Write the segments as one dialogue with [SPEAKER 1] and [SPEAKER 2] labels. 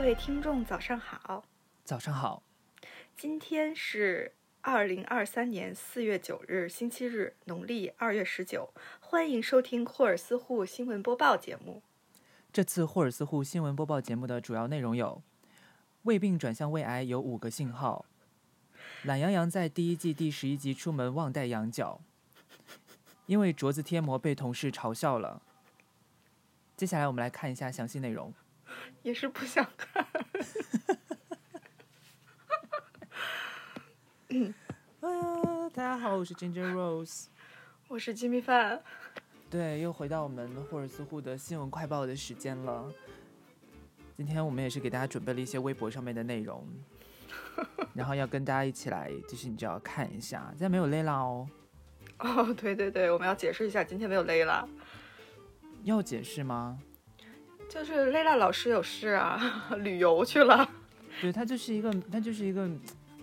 [SPEAKER 1] 位听众早上好，
[SPEAKER 2] 早上好，
[SPEAKER 1] 今天是二零二三年四月九日，星期日，农历二月十九。欢迎收听霍尔斯户新闻播报节目。
[SPEAKER 2] 这次霍尔斯户新闻播报节目的主要内容有：胃病转向胃癌有五个信号；懒羊羊在第一季第十一集出门忘带羊角；因为镯子贴膜被同事嘲笑了。接下来我们来看一下详细内容。
[SPEAKER 1] 也是不想看。
[SPEAKER 2] 啊，大家好，我是 Ginger Rose。
[SPEAKER 1] 我是金米饭，
[SPEAKER 2] 对，又回到我们霍尔斯户的新闻快报的时间了。今天我们也是给大家准备了一些微博上面的内容，然后要跟大家一起来，就是你就要看一下，今天没有累啦哦。
[SPEAKER 1] 哦，对对对，我们要解释一下，今天没有 Layla，
[SPEAKER 2] 要解释吗？
[SPEAKER 1] 就是 Layla 老师有事啊，旅游去了。
[SPEAKER 2] 对他就是一个，他就是一个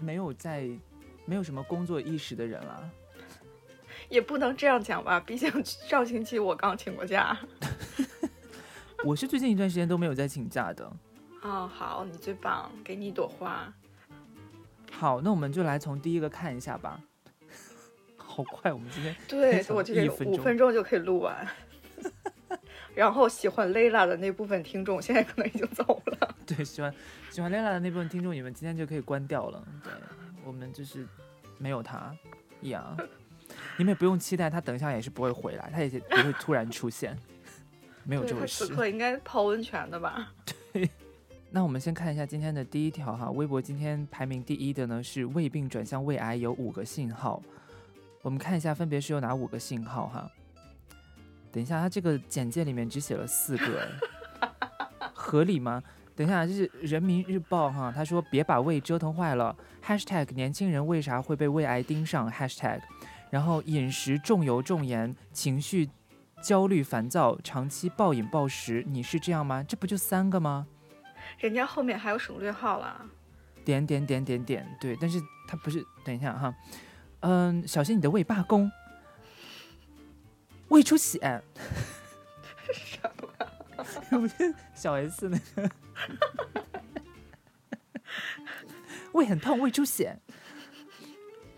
[SPEAKER 2] 没有在没有什么工作意识的人啦。
[SPEAKER 1] 也不能这样讲吧，毕竟上星期我刚请过假。
[SPEAKER 2] 我是最近一段时间都没有在请假的。
[SPEAKER 1] 啊、好，你最棒，给你一朵花。
[SPEAKER 2] 好，那我们就来从第一个看一下吧。 好快，我们今天
[SPEAKER 1] 对，
[SPEAKER 2] 非常
[SPEAKER 1] 我这个
[SPEAKER 2] 一
[SPEAKER 1] 有
[SPEAKER 2] 分
[SPEAKER 1] 五
[SPEAKER 2] 钟
[SPEAKER 1] 分钟就可以录完。 然后喜欢 Layla 的那部分听众，现在可能已经走了。
[SPEAKER 2] 对喜欢喜欢 Lela 的那部分听众，你们今天就可以关掉了。对我们就是没有他一样，你们也不用期待他等一下也是不会回来，他也是不会突然出现， 没有
[SPEAKER 1] 对
[SPEAKER 2] 这
[SPEAKER 1] 他
[SPEAKER 2] 回
[SPEAKER 1] 此
[SPEAKER 2] 事。
[SPEAKER 1] 刻应该泡温泉的吧？
[SPEAKER 2] 那我们先看一下今天的第一条哈，微博今天排名第一的呢是胃病转向胃癌有五个信号，我们看一下分别是有哪五个信号哈。等一下，它这个简介里面只写了四个，哎合理吗？等一下，这是人民日报哈，他说别把胃折腾坏了，#hashtag 年轻人为啥会被胃癌盯上 #hashtag，然后饮食重油重盐，情绪焦虑烦躁，长期暴饮暴食，你是这样吗？这不就三个吗？
[SPEAKER 1] 人家后面还有省略号 啦。
[SPEAKER 2] 点点点点点，对，但是它不是，等一下哈，嗯，小心你的胃罢工，胃出血，不是 小 S 那个， 胃很痛，胃出血。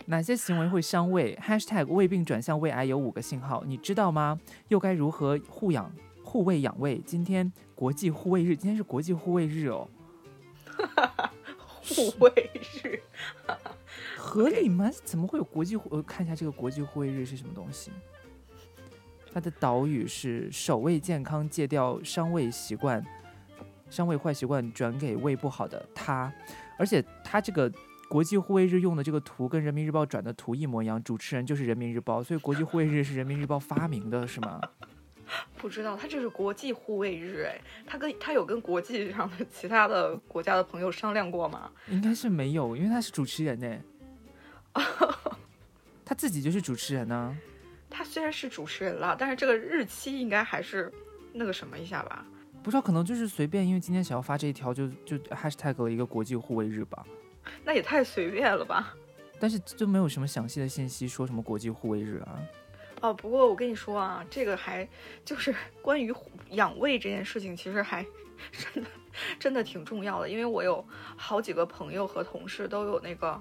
[SPEAKER 2] 哪些行为会伤胃？#hashtag 胃病转向胃癌有五个信号，你知道吗？又该如何护养护胃养胃？今天国际护胃日，今天是国际护胃日哦，
[SPEAKER 1] 护卫日，
[SPEAKER 2] 合理吗？怎么会有国际护？我看一下这个国际护卫日是什么东西。它的导语是“守卫健康，戒掉伤胃习惯，伤胃坏习惯转给胃不好的他”。而且它这个国际护卫日用的这个图跟人民日报转的图一模一样，主持人就是人民日报，所以国际护卫日是人民日报发明的，是吗？
[SPEAKER 1] 不知道他这是国际护卫日哎，他跟他有跟国际上的其他的国家的朋友商量过吗？
[SPEAKER 2] 应该是没有，因为他是主持人呢。他自己就是主持人啊呢、
[SPEAKER 1] 他虽然是主持人了，但是这个日期应该还是那个什么一下吧？
[SPEAKER 2] 不知道，可能就是随便，因为今天想要发这一条就，就 hashtag 了一个国际护卫日吧。
[SPEAKER 1] 那也太随便了吧？
[SPEAKER 2] 但是就没有什么详细的信息说什么国际护卫日啊。
[SPEAKER 1] 哦，不过我跟你说啊，这个还就是 关于养胃这件事情，其实还 真的真的挺重要的，因为我有好几个朋友和同事都有那个，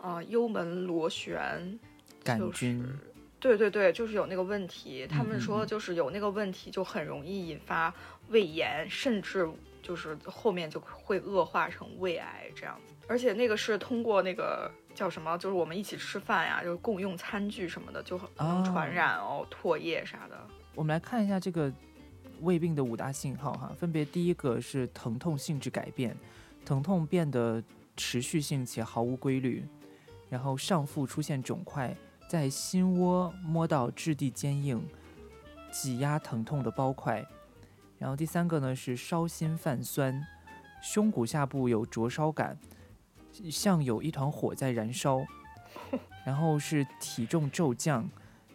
[SPEAKER 1] 呃，幽门螺旋，
[SPEAKER 2] 杆
[SPEAKER 1] 就
[SPEAKER 2] 菌，
[SPEAKER 1] 是对对对，就是有那个问题。他
[SPEAKER 2] 嗯
[SPEAKER 1] 们
[SPEAKER 2] 嗯
[SPEAKER 1] 说
[SPEAKER 2] 嗯
[SPEAKER 1] 就是有那个问题，就很容易引发胃炎，甚至就是后面就会恶化成胃癌这样子。而且那个是通过那个叫什么，就是我们一起吃饭呀，就是共用餐具什么的，就很能传
[SPEAKER 2] 哦
[SPEAKER 1] 染哦，唾液啥的。
[SPEAKER 2] 我们来看一下这个胃病的五大信号哈，分别第一个是疼痛性质改变，疼痛变得持续性且毫无规律，然后上腹出现肿块，在心窝摸到质地坚硬，挤压疼痛的包块。然后第三个呢是烧心泛酸，胸骨下部有灼烧感，像有一团火在燃烧。然后是体重骤降，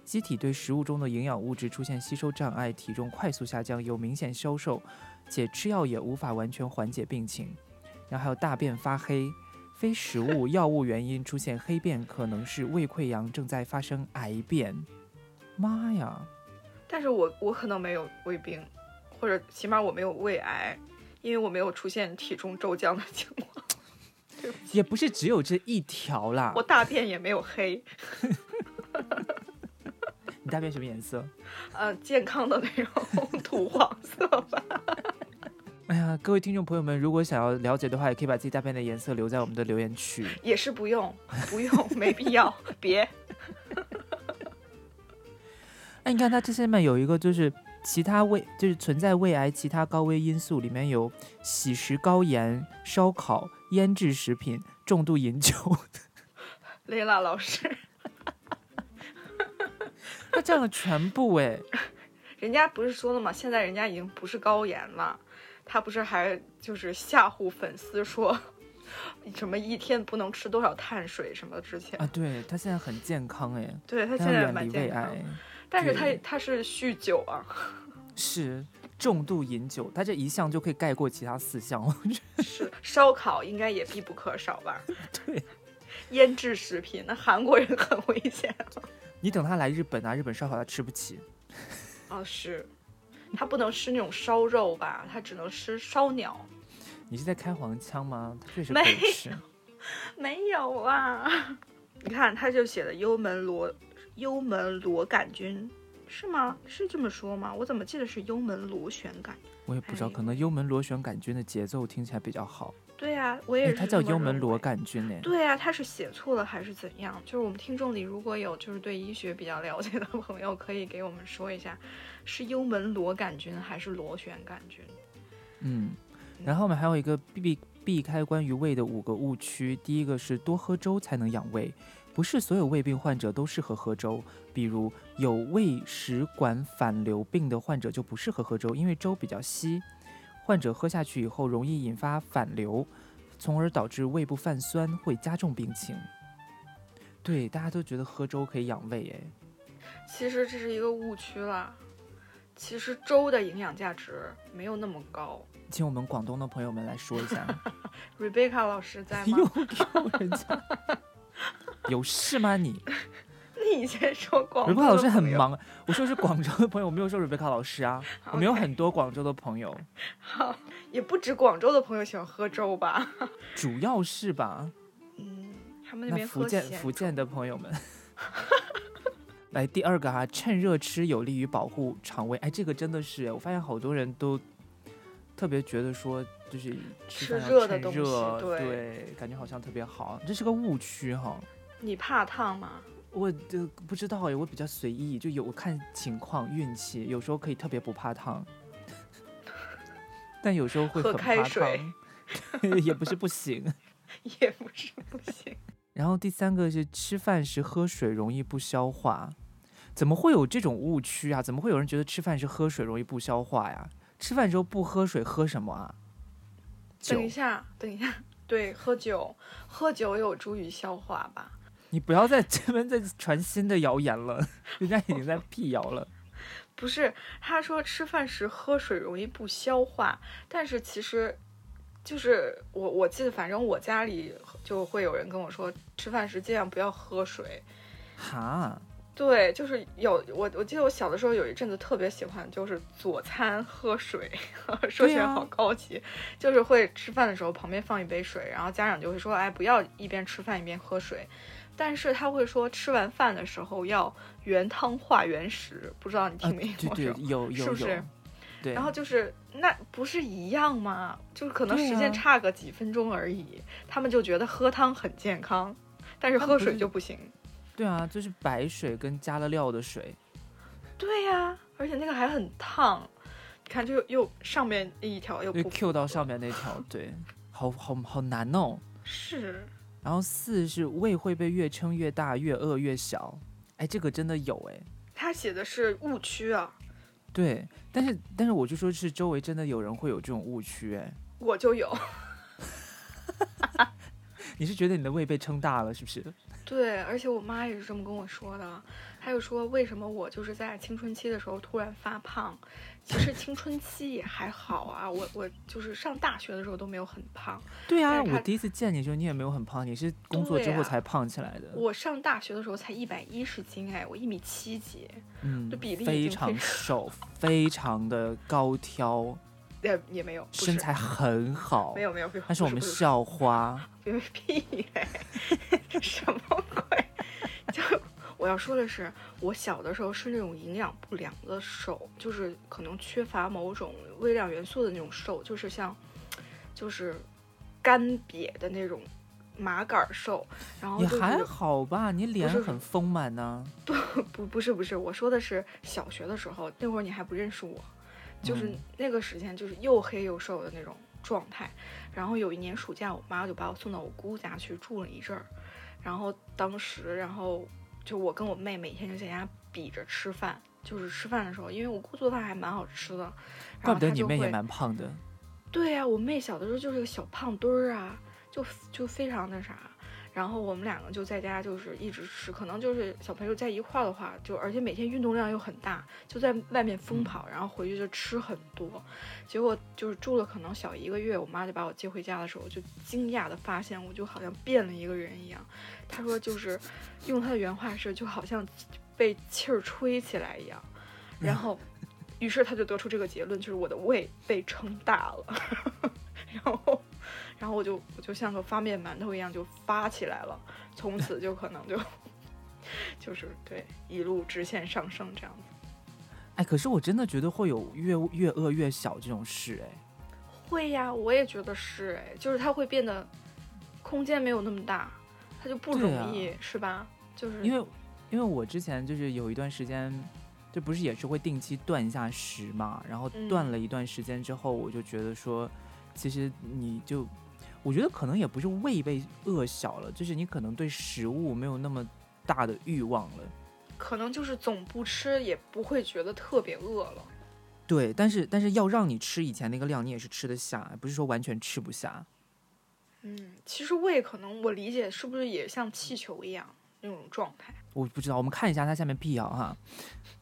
[SPEAKER 2] 机体对食物中的营养物质出现吸收障碍，体重快速下降，有明显消瘦，且吃药也无法完全缓解病情。然后还有大便发黑，非食物药物原因出现黑便，可能是胃溃疡正在发生癌变。妈呀！
[SPEAKER 1] 但是我我可能没有胃病，或者起码我没有胃癌，因为我没有出现体重骤降的情况，
[SPEAKER 2] 也不是只有这一条啦
[SPEAKER 1] 我。大便也没有黑，
[SPEAKER 2] 你大便什么颜色？
[SPEAKER 1] 呃，健康的那种 土黄色吧。
[SPEAKER 2] 哎呀，各位听众朋友们，如果想要了解的话，也可以把自己大便的颜色留在我们的留言区。
[SPEAKER 1] 也是不用， 不用，没必要，别。
[SPEAKER 2] 哎，你看它这下面有一个，就是其他胃，就是存在胃癌其他高危因素里面有喜食、高盐、烧烤、腌制食品、重度饮酒。
[SPEAKER 1] 雷拉老师，
[SPEAKER 2] 它占了全部哎，
[SPEAKER 1] 人家不是说了吗？现在人家已经不是高颜了，他不是还就是吓唬粉丝说，什么一天不能吃多少碳水什么之前，
[SPEAKER 2] 啊，对，它现在很健康哎，
[SPEAKER 1] 对他
[SPEAKER 2] 它
[SPEAKER 1] 现
[SPEAKER 2] 要
[SPEAKER 1] 在
[SPEAKER 2] 远
[SPEAKER 1] 蛮
[SPEAKER 2] 离胃
[SPEAKER 1] 健康
[SPEAKER 2] 癌
[SPEAKER 1] 的，，但是他
[SPEAKER 2] 对
[SPEAKER 1] 他是酗酒啊，
[SPEAKER 2] 是重度饮酒，它这一项就可以盖过其他四项了。
[SPEAKER 1] 是烧烤应该也必不可少吧？
[SPEAKER 2] 对，
[SPEAKER 1] 腌制食品那韩国人很危险
[SPEAKER 2] 你等它来日本啊，日本烧烤它吃不起。
[SPEAKER 1] 啊、是。他不能吃那种烧肉吧，他只能吃烧鸟。
[SPEAKER 2] 你是在开黄腔吗？它确实
[SPEAKER 1] 没
[SPEAKER 2] 可以吃。
[SPEAKER 1] 没有啊， 你看他就写的幽门螺幽门螺杆菌是吗？是这么说吗？我怎么记得是幽门螺旋杆？
[SPEAKER 2] 我也不知道，
[SPEAKER 1] 哎
[SPEAKER 2] 可能幽门螺旋杆菌的节奏听起来比较好。
[SPEAKER 1] 对呀、我也
[SPEAKER 2] 哎，
[SPEAKER 1] 是。
[SPEAKER 2] 它叫幽门螺。杆菌哎呢。
[SPEAKER 1] 对呀、他是写错了还是怎样？就是我们听众里如果有就是对医学比较了解的朋友，可以给我们说一下，是幽门螺杆菌还是螺旋杆菌？
[SPEAKER 2] 嗯，然后我们还有一个避避开关于胃的五个误区，第一个是多喝粥才能养胃，不是所有胃病患者都适合喝粥，比如有胃食管反流病的患者就不适合喝粥，因为粥比较稀，患者喝下去以后容易引发反流，从而导致胃部泛酸，会加重病情。对，大家都觉得喝粥可以养胃，哎，
[SPEAKER 1] 其实这是一个误区啦。其实粥的营养价值没有那么高。
[SPEAKER 2] 请我们广东的朋友们来说一下，
[SPEAKER 1] Rebecca 老师在吗
[SPEAKER 2] 又？又人家有事吗你？
[SPEAKER 1] 你以前说广东
[SPEAKER 2] 瑞
[SPEAKER 1] 的
[SPEAKER 2] 贝卡老师很
[SPEAKER 1] 朋友，
[SPEAKER 2] 忙，我说是广州的朋友，我没有说瑞贝卡老 师啊，我们有
[SPEAKER 1] OK
[SPEAKER 2] 很多广州的朋友，
[SPEAKER 1] 好，也不止广州的朋友喜欢喝粥吧？
[SPEAKER 2] 主要是吧，
[SPEAKER 1] 嗯，他们那
[SPEAKER 2] 那
[SPEAKER 1] 边
[SPEAKER 2] 福
[SPEAKER 1] 喝
[SPEAKER 2] 建
[SPEAKER 1] 咸
[SPEAKER 2] 福建的朋友们。 来第二个哈、趁热吃有利于保护肠胃。哎，这个真的是，我发现好多人都特别觉得说，就是
[SPEAKER 1] 吃
[SPEAKER 2] 吃饭要
[SPEAKER 1] 热的
[SPEAKER 2] 趁
[SPEAKER 1] 东西
[SPEAKER 2] 热
[SPEAKER 1] 对
[SPEAKER 2] 对，感觉好像特别好，这是个误区哈。
[SPEAKER 1] 你怕烫吗？
[SPEAKER 2] 我就不知道哎，我比较随意，就有看情况运气，有时候可以特别不 怕烫，但有时候会
[SPEAKER 1] 喝
[SPEAKER 2] 很
[SPEAKER 1] 开
[SPEAKER 2] 怕
[SPEAKER 1] 水
[SPEAKER 2] 烫， 也不是不行。
[SPEAKER 1] 也不是不 行。
[SPEAKER 2] 然后第三个是吃饭时喝水容易不消化，怎么会有这种误区啊？怎么会有人觉得吃饭时喝水容易不消化呀？吃饭时候不喝水喝什么啊？酒
[SPEAKER 1] 等一，下，等一下，对，喝酒，喝酒有助于消化吧？
[SPEAKER 2] 你不要在这边再 传新的谣言了，人家已经在辟谣了。
[SPEAKER 1] 不是，他说吃饭时喝水容易不消化，但是其实就是我我记得，反正我家里就会有人跟我说，吃饭时尽量不要喝水。
[SPEAKER 2] 哈，
[SPEAKER 1] 对，就是有我，我记得我小的时候有一阵子特别喜欢，就是佐餐喝水， 说起来
[SPEAKER 2] 啊
[SPEAKER 1] 好高级，就是会吃饭的时候旁边放一杯水，然后家长就会说，哎，不要一边吃饭一边喝水，但是他会说吃完饭的时候要原汤化原食，不知道你
[SPEAKER 2] 啊，
[SPEAKER 1] 听没
[SPEAKER 2] 对
[SPEAKER 1] 听过这
[SPEAKER 2] 对
[SPEAKER 1] 种？，
[SPEAKER 2] 有有
[SPEAKER 1] 是
[SPEAKER 2] 有
[SPEAKER 1] 不是，
[SPEAKER 2] 对。
[SPEAKER 1] 然后就是那不是一样吗？就是可能
[SPEAKER 2] 对
[SPEAKER 1] 时
[SPEAKER 2] 啊
[SPEAKER 1] 间差个几分钟而已，他们就觉得喝汤很健康，但是
[SPEAKER 2] 他
[SPEAKER 1] 喝
[SPEAKER 2] 们不
[SPEAKER 1] 水
[SPEAKER 2] 是
[SPEAKER 1] 就不行。
[SPEAKER 2] 对啊，就是白水跟加了料的水，
[SPEAKER 1] 对呀、而且那个还很烫，你看就又又上面一条又
[SPEAKER 2] 就
[SPEAKER 1] 不
[SPEAKER 2] Q 到上面那条，对，好好好难哦。
[SPEAKER 1] 是，
[SPEAKER 2] 然后四是胃会被越撑越大，越饿越小，哎，这个真的有哎，
[SPEAKER 1] 他写的是误区啊，
[SPEAKER 2] 对，但是但是我就说是周围真的有人会有这种误区哎，
[SPEAKER 1] 我就 有。
[SPEAKER 2] 你是觉得你的胃被撑大了是不是？
[SPEAKER 1] 对，而且我妈也是这么跟我说的，她就说为什么我就是在青春期的时候突然发胖，其实青春期也还好啊，我我就是上大学的时候都没有很胖，
[SPEAKER 2] 对啊，
[SPEAKER 1] 但是他
[SPEAKER 2] 我第一次见你的时候你也没有很胖，你是工作之
[SPEAKER 1] 对
[SPEAKER 2] 后
[SPEAKER 1] 啊
[SPEAKER 2] 才胖起来的，
[SPEAKER 1] 我上大学的时候才一百一十斤哎，我一米七几，
[SPEAKER 2] 嗯
[SPEAKER 1] 这比例已
[SPEAKER 2] 非
[SPEAKER 1] 经非
[SPEAKER 2] 常
[SPEAKER 1] 常
[SPEAKER 2] 瘦，非常的高挑，
[SPEAKER 1] 也呃也没有，不是
[SPEAKER 2] 身材很好，
[SPEAKER 1] 没有没有，不是
[SPEAKER 2] 但是我们
[SPEAKER 1] 不是
[SPEAKER 2] 校花，
[SPEAKER 1] 别屁嘞， 什么鬼？就我要说的是，我小的时候是那种营养不良的瘦，就是可能缺乏某种微量元素的那种瘦，就是像，就是干瘪的那种麻杆儿瘦，然后
[SPEAKER 2] 也
[SPEAKER 1] 就是
[SPEAKER 2] 还好吧，你脸
[SPEAKER 1] 是
[SPEAKER 2] 很丰满呢、
[SPEAKER 1] 不不是不是，我说的是小学的时候，那会儿你还不认识我，就是
[SPEAKER 2] 嗯
[SPEAKER 1] 那个时间就是又黑又瘦的那种状态。然后有一年暑假，我妈就把我送到我姑家去住了一阵儿，然后当时然后就我跟我妹每天就在家比着吃饭。就是吃饭的时候，因为我姑做饭还蛮好吃的，然后
[SPEAKER 2] 怪不得
[SPEAKER 1] 她
[SPEAKER 2] 你
[SPEAKER 1] 就
[SPEAKER 2] 妹也
[SPEAKER 1] 会
[SPEAKER 2] 蛮胖的，
[SPEAKER 1] 对呀、我妹小的时候就是个小胖墩儿啊，就就非常那啥。然后我们两个就在家就是一直吃，可能就是小朋友在一块儿的话，就而且每天运动量又很大，就在外面疯跑，然后回去就吃很多。结果就是住了可能小一个月，我妈就把我接回家的时候，我就惊讶的发现，我就好像变了一个人一样。她说就是，用她的原话是，就好像被气儿吹起来一样。然后，于是她就得出这个结论，就是我的胃被撑大了。 然后，然后我就我就像个发面馒头一样就发起来了，从此就可能就 就是对一路直线上升这样子。
[SPEAKER 2] 哎，可是我真的觉得会有越越饿越小这种事，哎，
[SPEAKER 1] 会呀，我也觉得是哎，就是它会变得空间没有那么大，它就不
[SPEAKER 2] 对啊
[SPEAKER 1] 容易、是吧？就是
[SPEAKER 2] 因为因为我之前就是有一段时间，这不是也是会定期断一下食嘛，然后
[SPEAKER 1] 嗯
[SPEAKER 2] 断了一段时间之后，我就觉得说，其实你就，我觉得可能也不是胃被饿小了，就是你可能对食物没有那么大的欲望了。
[SPEAKER 1] 可能就是总不吃也不会觉得特别饿了。
[SPEAKER 2] 对，但是但是要让你吃以前那个量，你也是吃得下，不是说完全吃不下。
[SPEAKER 1] 嗯，其实胃可能我理解是不是也像气球一样那种状态？
[SPEAKER 2] 我不知道，我们看一下它下面辟谣哈。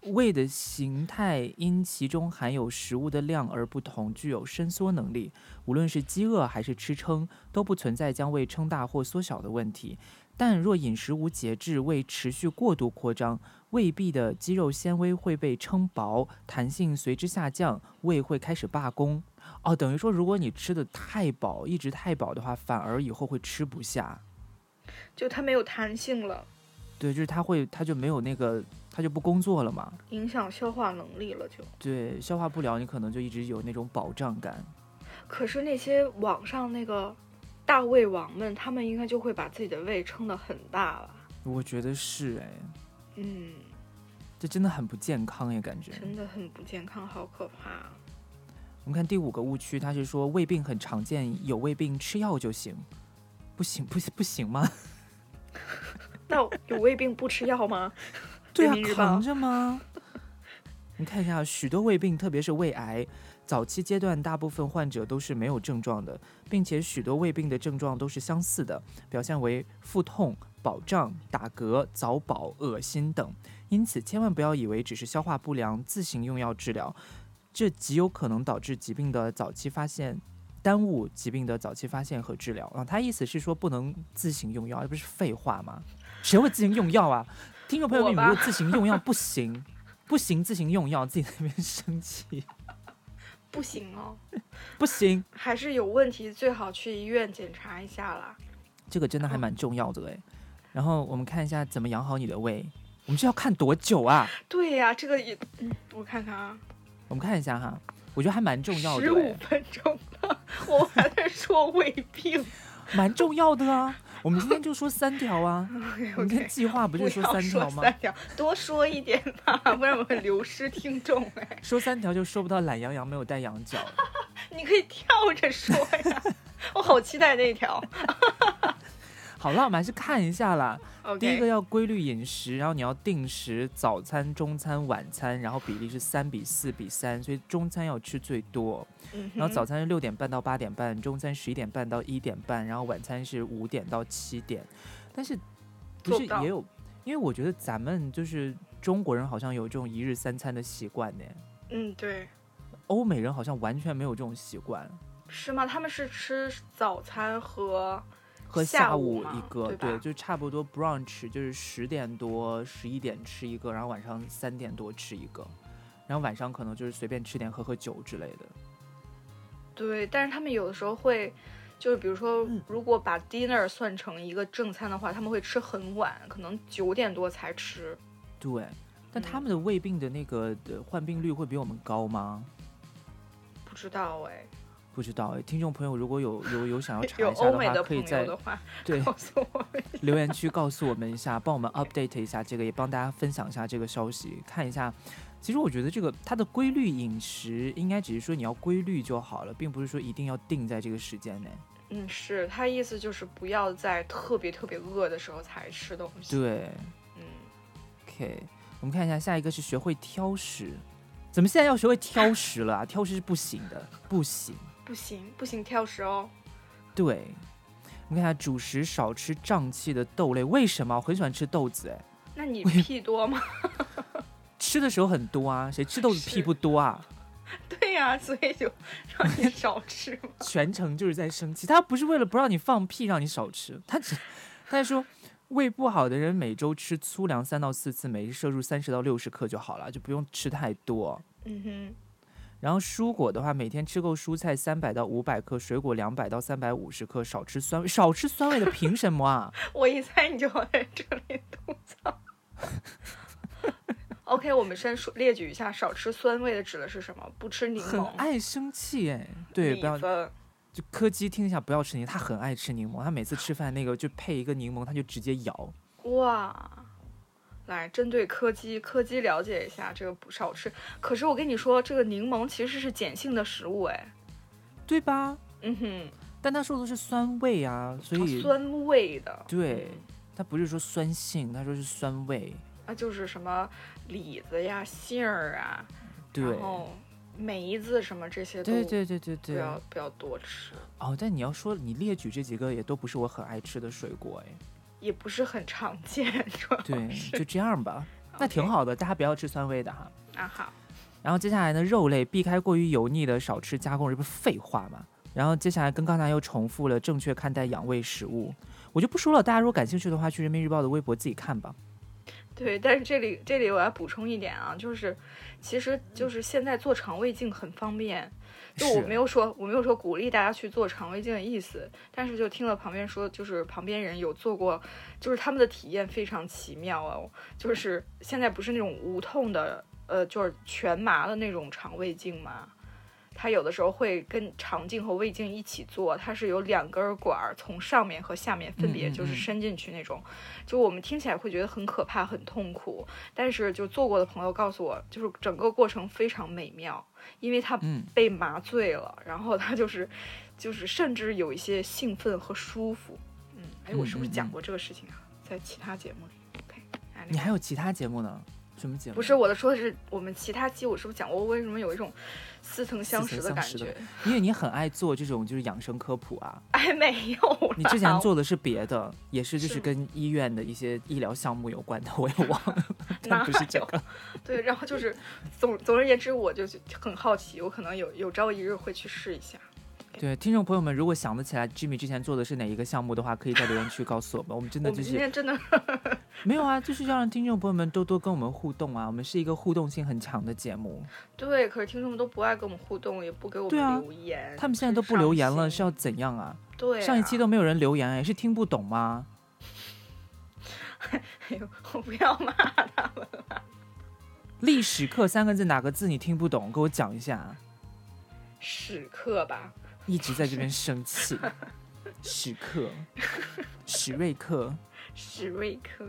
[SPEAKER 2] 胃的形态因其中含有食物的量而不同，具有伸缩能力。无论是饥饿还是吃撑，都不存在将胃撑大或缩小的问题。但若饮食无节制，胃持续过度扩张，胃壁的肌肉纤维会被撑薄，弹性随之下降，胃会开始罢工。哦，等于说，如果你吃的太饱，一直太饱的话，反而以后会吃不下。
[SPEAKER 1] 就它没有弹性了，
[SPEAKER 2] 对，就是它会，它就没有那个，它就不工作了嘛。
[SPEAKER 1] 影响消化能力了就。
[SPEAKER 2] 对，消化不良，你可能就一直有那种饱胀感。
[SPEAKER 1] 可是那些网上那个大胃王们，他们应该就会把自己的胃撑得很大吧？
[SPEAKER 2] 我觉得是哎，
[SPEAKER 1] 嗯，
[SPEAKER 2] 这真的很不健康也感觉。
[SPEAKER 1] 真的很不健康，好可怕啊。
[SPEAKER 2] 我们看第五个误区，它是说胃病很常见，有胃病吃药就行，不行不行不行吗？
[SPEAKER 1] 那有胃病不吃药吗？
[SPEAKER 2] 对啊
[SPEAKER 1] 人民日，报
[SPEAKER 2] 扛着吗？ 你看一下，啊许多胃病，特别是胃癌，早期阶段大部分患者都是没有症状的，并且许多胃病的症状都是相似的，表现为腹痛、饱胀、打嗝、早饱、恶心等。因此，千万不要以为只是消化不良自行用药治疗，这极有可能导致疾病的早期发现。耽误疾病的早期发现和治疗啊，他意思是说不能自行用药，这不是废话吗？谁会自行用药啊？听众朋友
[SPEAKER 1] 我
[SPEAKER 2] 们，
[SPEAKER 1] 吧
[SPEAKER 2] 如果自行用药不行，不行自行用药，自己在那边生气，
[SPEAKER 1] 不行哦，
[SPEAKER 2] 不行，
[SPEAKER 1] 还是有问题，最好去医院检查一下啦。
[SPEAKER 2] 这个真的还蛮重要的哎。然后我们看一下怎么养好你的胃，我们这要看多久啊？
[SPEAKER 1] 对呀、这个也，嗯，我看看啊，
[SPEAKER 2] 我们看一下哈，我觉得还蛮重要的
[SPEAKER 1] 十五
[SPEAKER 2] 哎，
[SPEAKER 1] 分钟了，我还在说胃病。
[SPEAKER 2] 蛮重要的啊。我们今天就说三条啊，我们今天计划 不
[SPEAKER 1] 不
[SPEAKER 2] 是说
[SPEAKER 1] 要
[SPEAKER 2] 三条
[SPEAKER 1] 说
[SPEAKER 2] 吗？
[SPEAKER 1] 三条，多说一点吧，不然我会流失听众哎。
[SPEAKER 2] 说三条就说不到懒羊羊没有带羊角。
[SPEAKER 1] 你可以跳着说呀，我好期待那一条。
[SPEAKER 2] 好了，我们还是看一下啦。
[SPEAKER 1] OK，
[SPEAKER 2] 第一个要规律饮食，然后你要定时早餐、中餐、晚餐，然后比例是三比四比三，所以中餐要吃最多。
[SPEAKER 1] 嗯哼
[SPEAKER 2] 然后早餐是六点半到八点半，中餐十一点半到一点半，然后晚餐是五点到七点。但是不
[SPEAKER 1] 做
[SPEAKER 2] 是
[SPEAKER 1] 不到
[SPEAKER 2] 也有？因为我觉得咱们就是中国人好像有这种一日三餐的习惯呢，
[SPEAKER 1] 嗯，对，
[SPEAKER 2] 欧美人好像完全没有这种习惯。
[SPEAKER 1] 是吗？他们是吃早餐和
[SPEAKER 2] 和
[SPEAKER 1] 下
[SPEAKER 2] 下
[SPEAKER 1] 午
[SPEAKER 2] 午一
[SPEAKER 1] 嘛
[SPEAKER 2] 个，
[SPEAKER 1] 对吧
[SPEAKER 2] 就差不多 brunch 就是十点多、十一点吃一个，然后晚上三点多吃一个，然后晚上可能就是随便吃点喝喝酒之类的。
[SPEAKER 1] 对，但是他们有的时候会，就是比如说，
[SPEAKER 2] 嗯
[SPEAKER 1] 如果把 dinner 算成一个正餐的话，他们会吃很晚，可能九点多才吃。
[SPEAKER 2] 对，
[SPEAKER 1] 嗯
[SPEAKER 2] 但他们的胃病的那个的患病率会比我们高吗？
[SPEAKER 1] 不知道哎，
[SPEAKER 2] 不知道哎，听众朋友如果有有 有想要查
[SPEAKER 1] 有
[SPEAKER 2] 一下
[SPEAKER 1] 欧美
[SPEAKER 2] 话，
[SPEAKER 1] 的
[SPEAKER 2] 可
[SPEAKER 1] 朋
[SPEAKER 2] 以
[SPEAKER 1] 友
[SPEAKER 2] 在
[SPEAKER 1] 的话，
[SPEAKER 2] 对
[SPEAKER 1] 告诉我们。
[SPEAKER 2] 留言区告诉我们一下， 帮我们 update 一下这个，也帮大家分享一下这个消息，看一下。其实我觉得这个它的规律饮食，应该只是说你要规律就好了，并不是说一定要定在这个时间内。
[SPEAKER 1] 嗯，是他意思就是不要在特别特别饿的时候才吃东西。，
[SPEAKER 2] 对
[SPEAKER 1] 嗯，
[SPEAKER 2] ，OK，我们看一下下一个是学会挑食，怎么现在要学会挑食了啊？ 挑食是不行的，不行。
[SPEAKER 1] 不行不行，挑食哦。
[SPEAKER 2] 对，我们看一下主食少吃胀气的豆类，为什么？我很喜欢吃豆子，哎，
[SPEAKER 1] 那你屁多吗？
[SPEAKER 2] 吃的时候很多啊，谁吃豆子屁
[SPEAKER 1] 是
[SPEAKER 2] 不多啊？
[SPEAKER 1] 对呀、所以就让你少吃嘛。
[SPEAKER 2] 全程就是在生气。他不是为了不让你放屁，让你少吃，他只他在说，胃不好的人每周吃粗粮三到四次，每日摄入三十到六十克就好了，就不用吃太多。
[SPEAKER 1] 嗯哼，
[SPEAKER 2] 然后蔬果的话，每天吃够蔬菜三百到五百克，水果两百到三百五十克，少吃酸少吃酸味的，凭什么啊？
[SPEAKER 1] 我一猜你就要在这里吐槽。OK，我们先说列举一下，少吃酸味的指的是什么？不吃 柠
[SPEAKER 2] 很
[SPEAKER 1] 檬、
[SPEAKER 2] 爱生气哎，对，
[SPEAKER 1] 米
[SPEAKER 2] 不要
[SPEAKER 1] 粉、
[SPEAKER 2] 就柯基听一下，不要吃柠檬，他很爱吃柠檬，他每次吃饭那个就配一个柠檬，他就直接咬。
[SPEAKER 1] 哇，来针对柯基，柯基了解一下这个不少吃。可是我跟你说，这个柠檬其实是碱性的食物，哎，
[SPEAKER 2] 对吧？
[SPEAKER 1] 嗯哼，
[SPEAKER 2] 但他说的是酸味啊，所
[SPEAKER 1] 哦
[SPEAKER 2] 以、
[SPEAKER 1] 酸味的，
[SPEAKER 2] 对
[SPEAKER 1] 嗯，
[SPEAKER 2] 它不是说酸性，它说是酸味。
[SPEAKER 1] 那就是什么李子呀、杏儿啊，
[SPEAKER 2] 对
[SPEAKER 1] 然，后梅子什么这些都
[SPEAKER 2] 对对对对
[SPEAKER 1] 不
[SPEAKER 2] 对。
[SPEAKER 1] 要不要多吃，
[SPEAKER 2] 哦，但你要说你列举这几个也都不是我很爱吃的水果，哎，
[SPEAKER 1] 也不是很常见，主要
[SPEAKER 2] 对，
[SPEAKER 1] 哦是
[SPEAKER 2] 就这样吧。那挺
[SPEAKER 1] OK，
[SPEAKER 2] 好的，大家不要吃酸味的哈。
[SPEAKER 1] 那啊好，
[SPEAKER 2] 然后接下来呢，肉类避开过于油腻的，少吃加工，这不是废话吗？然后接下来跟刚才又重复了，正确看待养胃食物，我就不说了。大家如果感兴趣的话，去人民日报的微博自己看吧。
[SPEAKER 1] 对，但是这里这里我要补充一点啊，就是，其实就是现在做肠胃镜很方便，就我
[SPEAKER 2] 是
[SPEAKER 1] 没有说我没有说鼓励大家去做肠胃镜的意思，但是就听了旁边说，就是旁边人有做过，就是他们的体验非常奇妙哦，就是现在不是那种无痛的，呃，就是全麻的那种肠胃镜嘛。它有的时候会跟肠镜和胃镜一起做，它是有两根管儿从上面和下面分别
[SPEAKER 2] 嗯嗯
[SPEAKER 1] 就是
[SPEAKER 2] 嗯
[SPEAKER 1] 伸进去那种，就我们听起来会觉得很可怕、很痛苦，但是就做过的朋友告诉我，就是整个过程非常美妙，因为它
[SPEAKER 2] 嗯，
[SPEAKER 1] 被麻醉了，然后他就是，就是甚至有一些兴奋和舒服。嗯，哎，我是不是
[SPEAKER 2] 嗯嗯嗯
[SPEAKER 1] 讲过这个事情啊？在其他节目里，OK，哎
[SPEAKER 2] 你还有其他节目呢？什么节目？
[SPEAKER 1] 不是我的说的是我们其他期我是不是讲过为什么有一种似曾相识的感
[SPEAKER 2] 似曾
[SPEAKER 1] 觉
[SPEAKER 2] 相？因为你很爱做这种就是养生科普啊。
[SPEAKER 1] 哎，没有啦，
[SPEAKER 2] 你 之前做的是别的，也是就是是
[SPEAKER 1] 吗
[SPEAKER 2] 跟医院的一些医疗项目有关的，我也忘 了，但
[SPEAKER 1] 哪
[SPEAKER 2] 不是这
[SPEAKER 1] 有
[SPEAKER 2] 个。
[SPEAKER 1] 对，然后就是总总而言之，我就很好奇，我可能有有朝一日会去试一下。
[SPEAKER 2] 对，听众朋友们，如果想得起来 Jimmy 之前做的是哪一个项目的话，可以在留言区告诉我们。我们真
[SPEAKER 1] 我
[SPEAKER 2] 的
[SPEAKER 1] 们
[SPEAKER 2] 就
[SPEAKER 1] 今
[SPEAKER 2] 是
[SPEAKER 1] 天真的
[SPEAKER 2] 没有啊，就是要让听众朋友们多多跟我们互动啊，我们是一个互动性很强的节目。
[SPEAKER 1] 对，可是听众们都不爱跟我们互动，也不给我
[SPEAKER 2] 对啊
[SPEAKER 1] 们留言，
[SPEAKER 2] 他们现在
[SPEAKER 1] 真
[SPEAKER 2] 都不
[SPEAKER 1] 伤
[SPEAKER 2] 留言了，
[SPEAKER 1] 心
[SPEAKER 2] 是要怎样啊？
[SPEAKER 1] 对啊、
[SPEAKER 2] 上一期都没有人留言，哎，是听不懂吗？
[SPEAKER 1] 哎呦，我不要骂他们。
[SPEAKER 2] 历史课三个字哪个字你听不懂？给我讲一下。啊
[SPEAKER 1] 屎课吧，
[SPEAKER 2] 一直在这边生气，史克，史瑞克。
[SPEAKER 1] 史瑞克。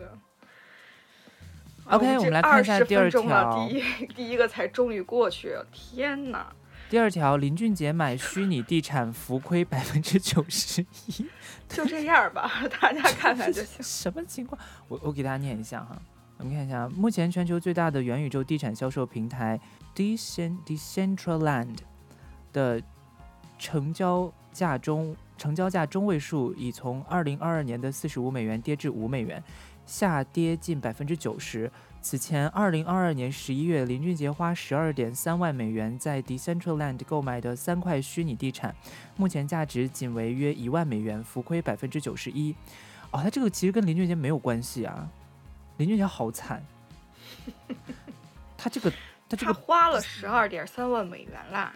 [SPEAKER 1] 啊
[SPEAKER 2] OK，我们来看一下第二条
[SPEAKER 1] 二十分钟了，第一 第一个才终于过去，天哪！
[SPEAKER 2] 第二条，林俊杰买虚拟地产浮亏百分之九十 一，
[SPEAKER 1] 就这样吧， 大家看看就行。
[SPEAKER 2] 什么情况？我我给大家念一下哈，我们看一下，啊目前全球最大的元宇宙地产销售平台 Decent Decentraland 的成交价中成交价中位数已从二零二二年的四十五美元跌至五美元，下跌近百分之九十。此前，二零二二年十一月，林俊杰花十二点三万美元在 Decentraland 购买的三块虚拟地产，目前价值仅为约一万美元，浮亏百分之九十一。哦，他这个其实跟林俊杰没有关系啊，林俊杰好惨， 他这个他
[SPEAKER 1] 他
[SPEAKER 2] 这个
[SPEAKER 1] 花了十二点三万美元啦，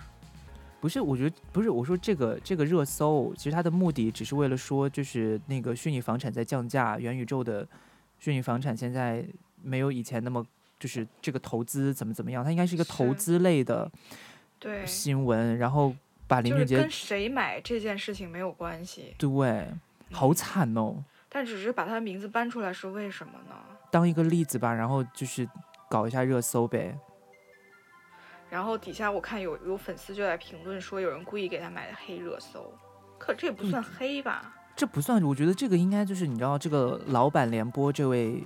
[SPEAKER 2] 不是，我觉得不是，我说这个这个热搜，其实它的目的只是为了说，就是那个虚拟房产在降价，元宇宙的虚拟房产现在没有以前那么，就是这个投资怎么怎么样，它应该是一个投
[SPEAKER 1] 是
[SPEAKER 2] 资类的
[SPEAKER 1] 对，
[SPEAKER 2] 新闻，然后把林
[SPEAKER 1] 就
[SPEAKER 2] 俊
[SPEAKER 1] 是
[SPEAKER 2] 杰、
[SPEAKER 1] 跟谁买这件事情没有关系，
[SPEAKER 2] 对，
[SPEAKER 1] 嗯
[SPEAKER 2] 好惨哦，
[SPEAKER 1] 但只是把他的名字搬出来是为什么呢？
[SPEAKER 2] 当一个例子吧，然后就是搞一下热搜呗，
[SPEAKER 1] 然后底下我看有有粉丝就在评论说，有人故意给他买的黑热搜，可这也
[SPEAKER 2] 嗯
[SPEAKER 1] 不算黑吧？
[SPEAKER 2] 这不算，我觉得这个应该就是你知道，这个老板联播这位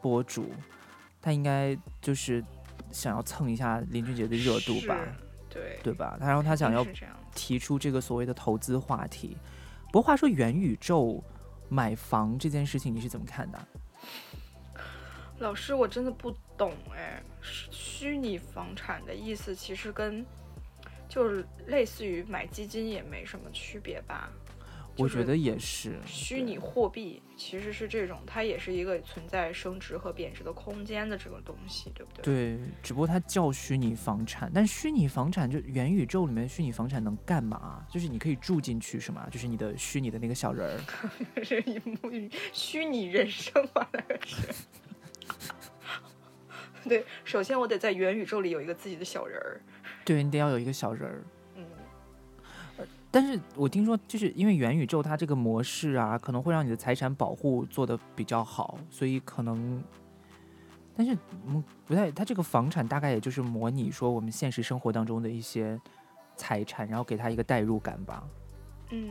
[SPEAKER 2] 博主，他应该就是想要蹭一下林俊杰的热度吧，
[SPEAKER 1] 是？对，
[SPEAKER 2] 对吧？他然后他想要
[SPEAKER 1] 是这样。
[SPEAKER 2] 提出这个所谓的投资话题。不过话说，元宇宙买房这件事情你是怎么看的啊？
[SPEAKER 1] 老师，我真的不懂哎，虚虚拟房产的意思其实跟就是类似于买基金也没什么区别吧？
[SPEAKER 2] 我
[SPEAKER 1] 就
[SPEAKER 2] 觉
[SPEAKER 1] 是
[SPEAKER 2] 得也是，
[SPEAKER 1] 虚拟货币其实是这种，它也是一个存在升值和贬值的空间的这个东西，对不对？
[SPEAKER 2] 对，只不过它叫虚拟房产，但虚拟房产就元宇宙里面的虚拟房产能干嘛？就是你可以住进去是吗？就是你的虚拟的那个小人儿。
[SPEAKER 1] 对， 是一幕虚拟人生吧？那个是。 对，首先我得在元宇宙里有一个自己的小人儿，
[SPEAKER 2] 对你得要有一个小人儿。
[SPEAKER 1] 嗯，
[SPEAKER 2] 但是我听说，就是因为元宇宙它这个模式啊，可能会让你的财产保护做得比较好，所以可能，但是嗯不太，它这个房产大概也就是模拟说我们现实生活当中的一些财产，然后给它一个代入感吧。
[SPEAKER 1] 嗯，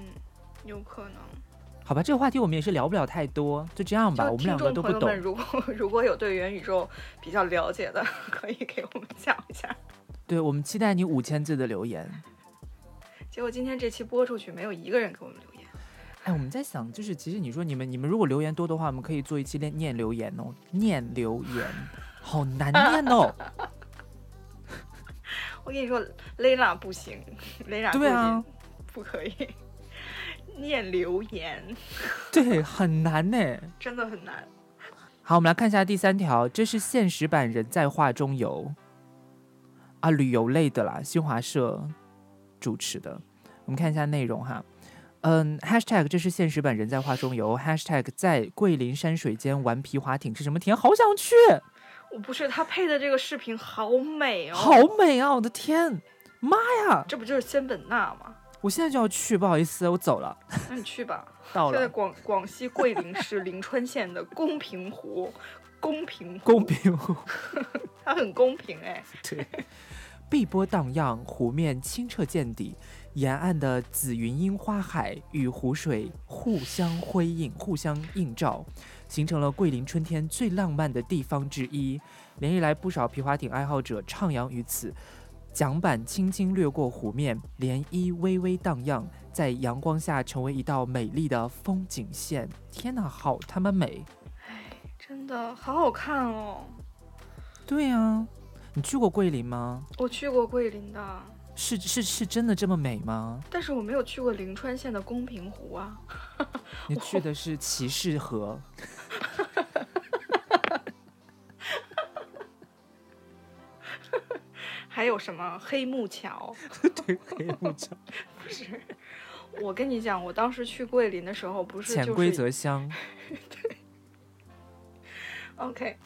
[SPEAKER 1] 有可能。
[SPEAKER 2] 好吧，这个话题我们也是聊不了太多，就这样吧。
[SPEAKER 1] 就
[SPEAKER 2] 我们两
[SPEAKER 1] 听
[SPEAKER 2] 个
[SPEAKER 1] 众
[SPEAKER 2] 都
[SPEAKER 1] 朋友
[SPEAKER 2] 不懂
[SPEAKER 1] 们，，如果 如果有对元宇宙比较了解的， 可以给我们讲一下。
[SPEAKER 2] 对我们期待你五千字的留言。
[SPEAKER 1] 结果今天这期播出去，没有一个人给我们留言。
[SPEAKER 2] 哎，我们在想，就是其实你说你们你们如果留言多的话，我们可以做一期念念留言哦，念留言，好难念 哦。
[SPEAKER 1] 我跟你说，Lila 不行，Lila
[SPEAKER 2] 对啊
[SPEAKER 1] 不可以念留言，
[SPEAKER 2] 对，很难呢。
[SPEAKER 1] 真的很难。
[SPEAKER 2] 好，我们来看一下第三条，这是现实版《人在画中游》啊，旅游类的啦，新华社主持的。我们看一下内容哈，嗯，#hashtag 这是现实版《人在画中游》，#hashtag 在桂林山水间玩皮划艇是什么艇？好想去，
[SPEAKER 1] 我不是他配的这个视频好美哦，
[SPEAKER 2] 好，美啊！我的天，
[SPEAKER 1] 这不就是仙本那吗？
[SPEAKER 2] 我现在就要去，不好意思，我走了，
[SPEAKER 1] 那你去吧。
[SPEAKER 2] 到
[SPEAKER 1] 就在
[SPEAKER 2] 了，
[SPEAKER 1] 广广西桂林市灵川县的公平湖，公平湖，
[SPEAKER 2] 公平湖。
[SPEAKER 1] 它很公平哎。
[SPEAKER 2] 对，碧波荡漾，湖面清澈见底，沿岸的紫云樱花海与湖水互相辉映、互相映照，形成了桂林春天最浪漫的地方之一。连日来，不少皮划艇爱好者徜徉于此。桨板轻轻掠过湖面，涟漪微微荡漾，在阳光下成为一道美丽的风景线。天哪，好他妈美！
[SPEAKER 1] 真的好好看哦！
[SPEAKER 2] 对啊，你去过桂林吗？
[SPEAKER 1] 我去过桂林的，
[SPEAKER 2] 是是是真的这么美吗？
[SPEAKER 1] 但是我没有去过灵川县的公平湖啊。
[SPEAKER 2] 你去的是骑士河。
[SPEAKER 1] 还有什么黑木桥？
[SPEAKER 2] 对，黑木桥。
[SPEAKER 1] 不是，我跟你讲，我当时去桂林的时候，不是就是
[SPEAKER 2] 潜规 则箱，
[SPEAKER 1] OK，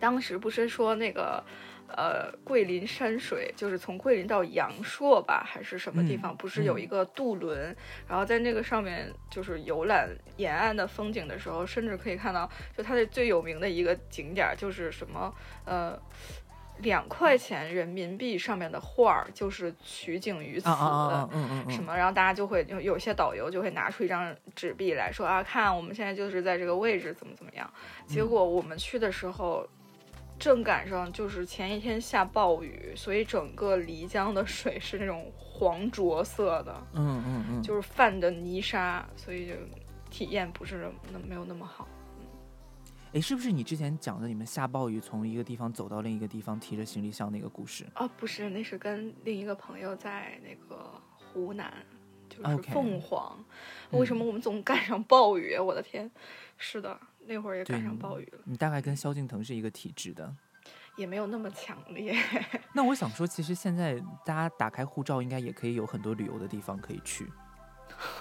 [SPEAKER 1] 当时不是说那个呃桂林山水，就是从桂林到阳朔吧，还是什么地
[SPEAKER 2] 嗯
[SPEAKER 1] 方，不是有一个渡轮，然后在那个上面就是游览沿岸的风景的时候，甚至可以看到，就它的最有名的一个景点儿就是什么呃。两块钱人民币上面的画儿就是取景于此
[SPEAKER 2] 啊
[SPEAKER 1] 的，
[SPEAKER 2] 啊啊啊，嗯 嗯
[SPEAKER 1] 什
[SPEAKER 2] 嗯，
[SPEAKER 1] 么，然后大家就会有有些导游就会拿出一张纸币来说啊，看我们现在就是在这个位置怎么怎么样。
[SPEAKER 2] 嗯
[SPEAKER 1] 结果我们去的时候，正赶上就是前一天下暴雨，所以整个漓江的水是那种黄浊色的，
[SPEAKER 2] 嗯嗯嗯，
[SPEAKER 1] 就是泛着泥沙，所以就体验不是那没有那么好。
[SPEAKER 2] 哎，是不是你之前讲的你们下暴雨从一个地方走到另一个地方提着行李箱那个故事？
[SPEAKER 1] 哦，不是，那是跟另一个朋友在那个湖南，就是
[SPEAKER 2] OK 嗯
[SPEAKER 1] 凤凰。为什么我们总赶上暴雨？我的天！是的，那会儿也
[SPEAKER 2] 对
[SPEAKER 1] 赶上暴雨了。
[SPEAKER 2] 你大概跟萧敬腾是一个体质的，
[SPEAKER 1] 也没有那么强烈。
[SPEAKER 2] 那我想说，其实现在大家打开护照，应该也可以有很多旅游的地方可以去。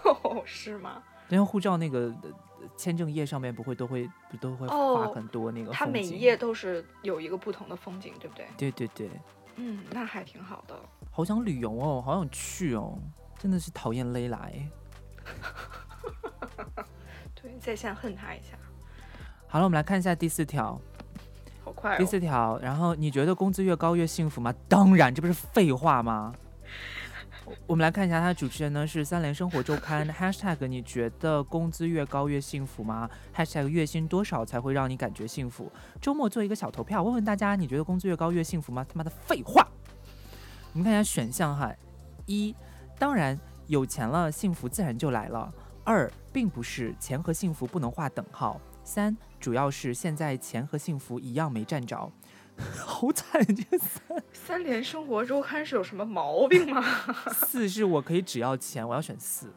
[SPEAKER 1] 哦，是吗？
[SPEAKER 2] 因为护照那个呃签证页上面不会都会不都会
[SPEAKER 1] 哦
[SPEAKER 2] 画很多那个
[SPEAKER 1] 它
[SPEAKER 2] 风
[SPEAKER 1] 每
[SPEAKER 2] 景
[SPEAKER 1] 一页都是有一个不同的风景，对不对？
[SPEAKER 2] 对对对，
[SPEAKER 1] 嗯，那还挺好的。
[SPEAKER 2] 好想旅游哦，好想去哦，真的是讨厌勒来。
[SPEAKER 1] 对，在线恨他一下，
[SPEAKER 2] 好了，我们来看一下第四条。
[SPEAKER 1] 好快
[SPEAKER 2] 第
[SPEAKER 1] 哦！
[SPEAKER 2] 四条，然后你觉得工资越高越幸福吗？当然，这不是废话吗？我我们来看一下，它的主持人呢是三联生活周刊 #hashtag 你觉得工资越高越幸福吗？#hashtag 月薪多少才会让你感觉幸福？周末做一个小投票，问问大家，你觉得工资越高越幸福吗？他妈的废话！我们看一下选项哈，一，当然有钱了，幸福自然就来了。二，并不是钱和幸福不能划等号。三，主要是现在钱和幸福一样没占着， 好惨！这个
[SPEAKER 1] 三联生活周刊是有什么毛病吗？
[SPEAKER 2] 四是我可以只要钱，我要选四。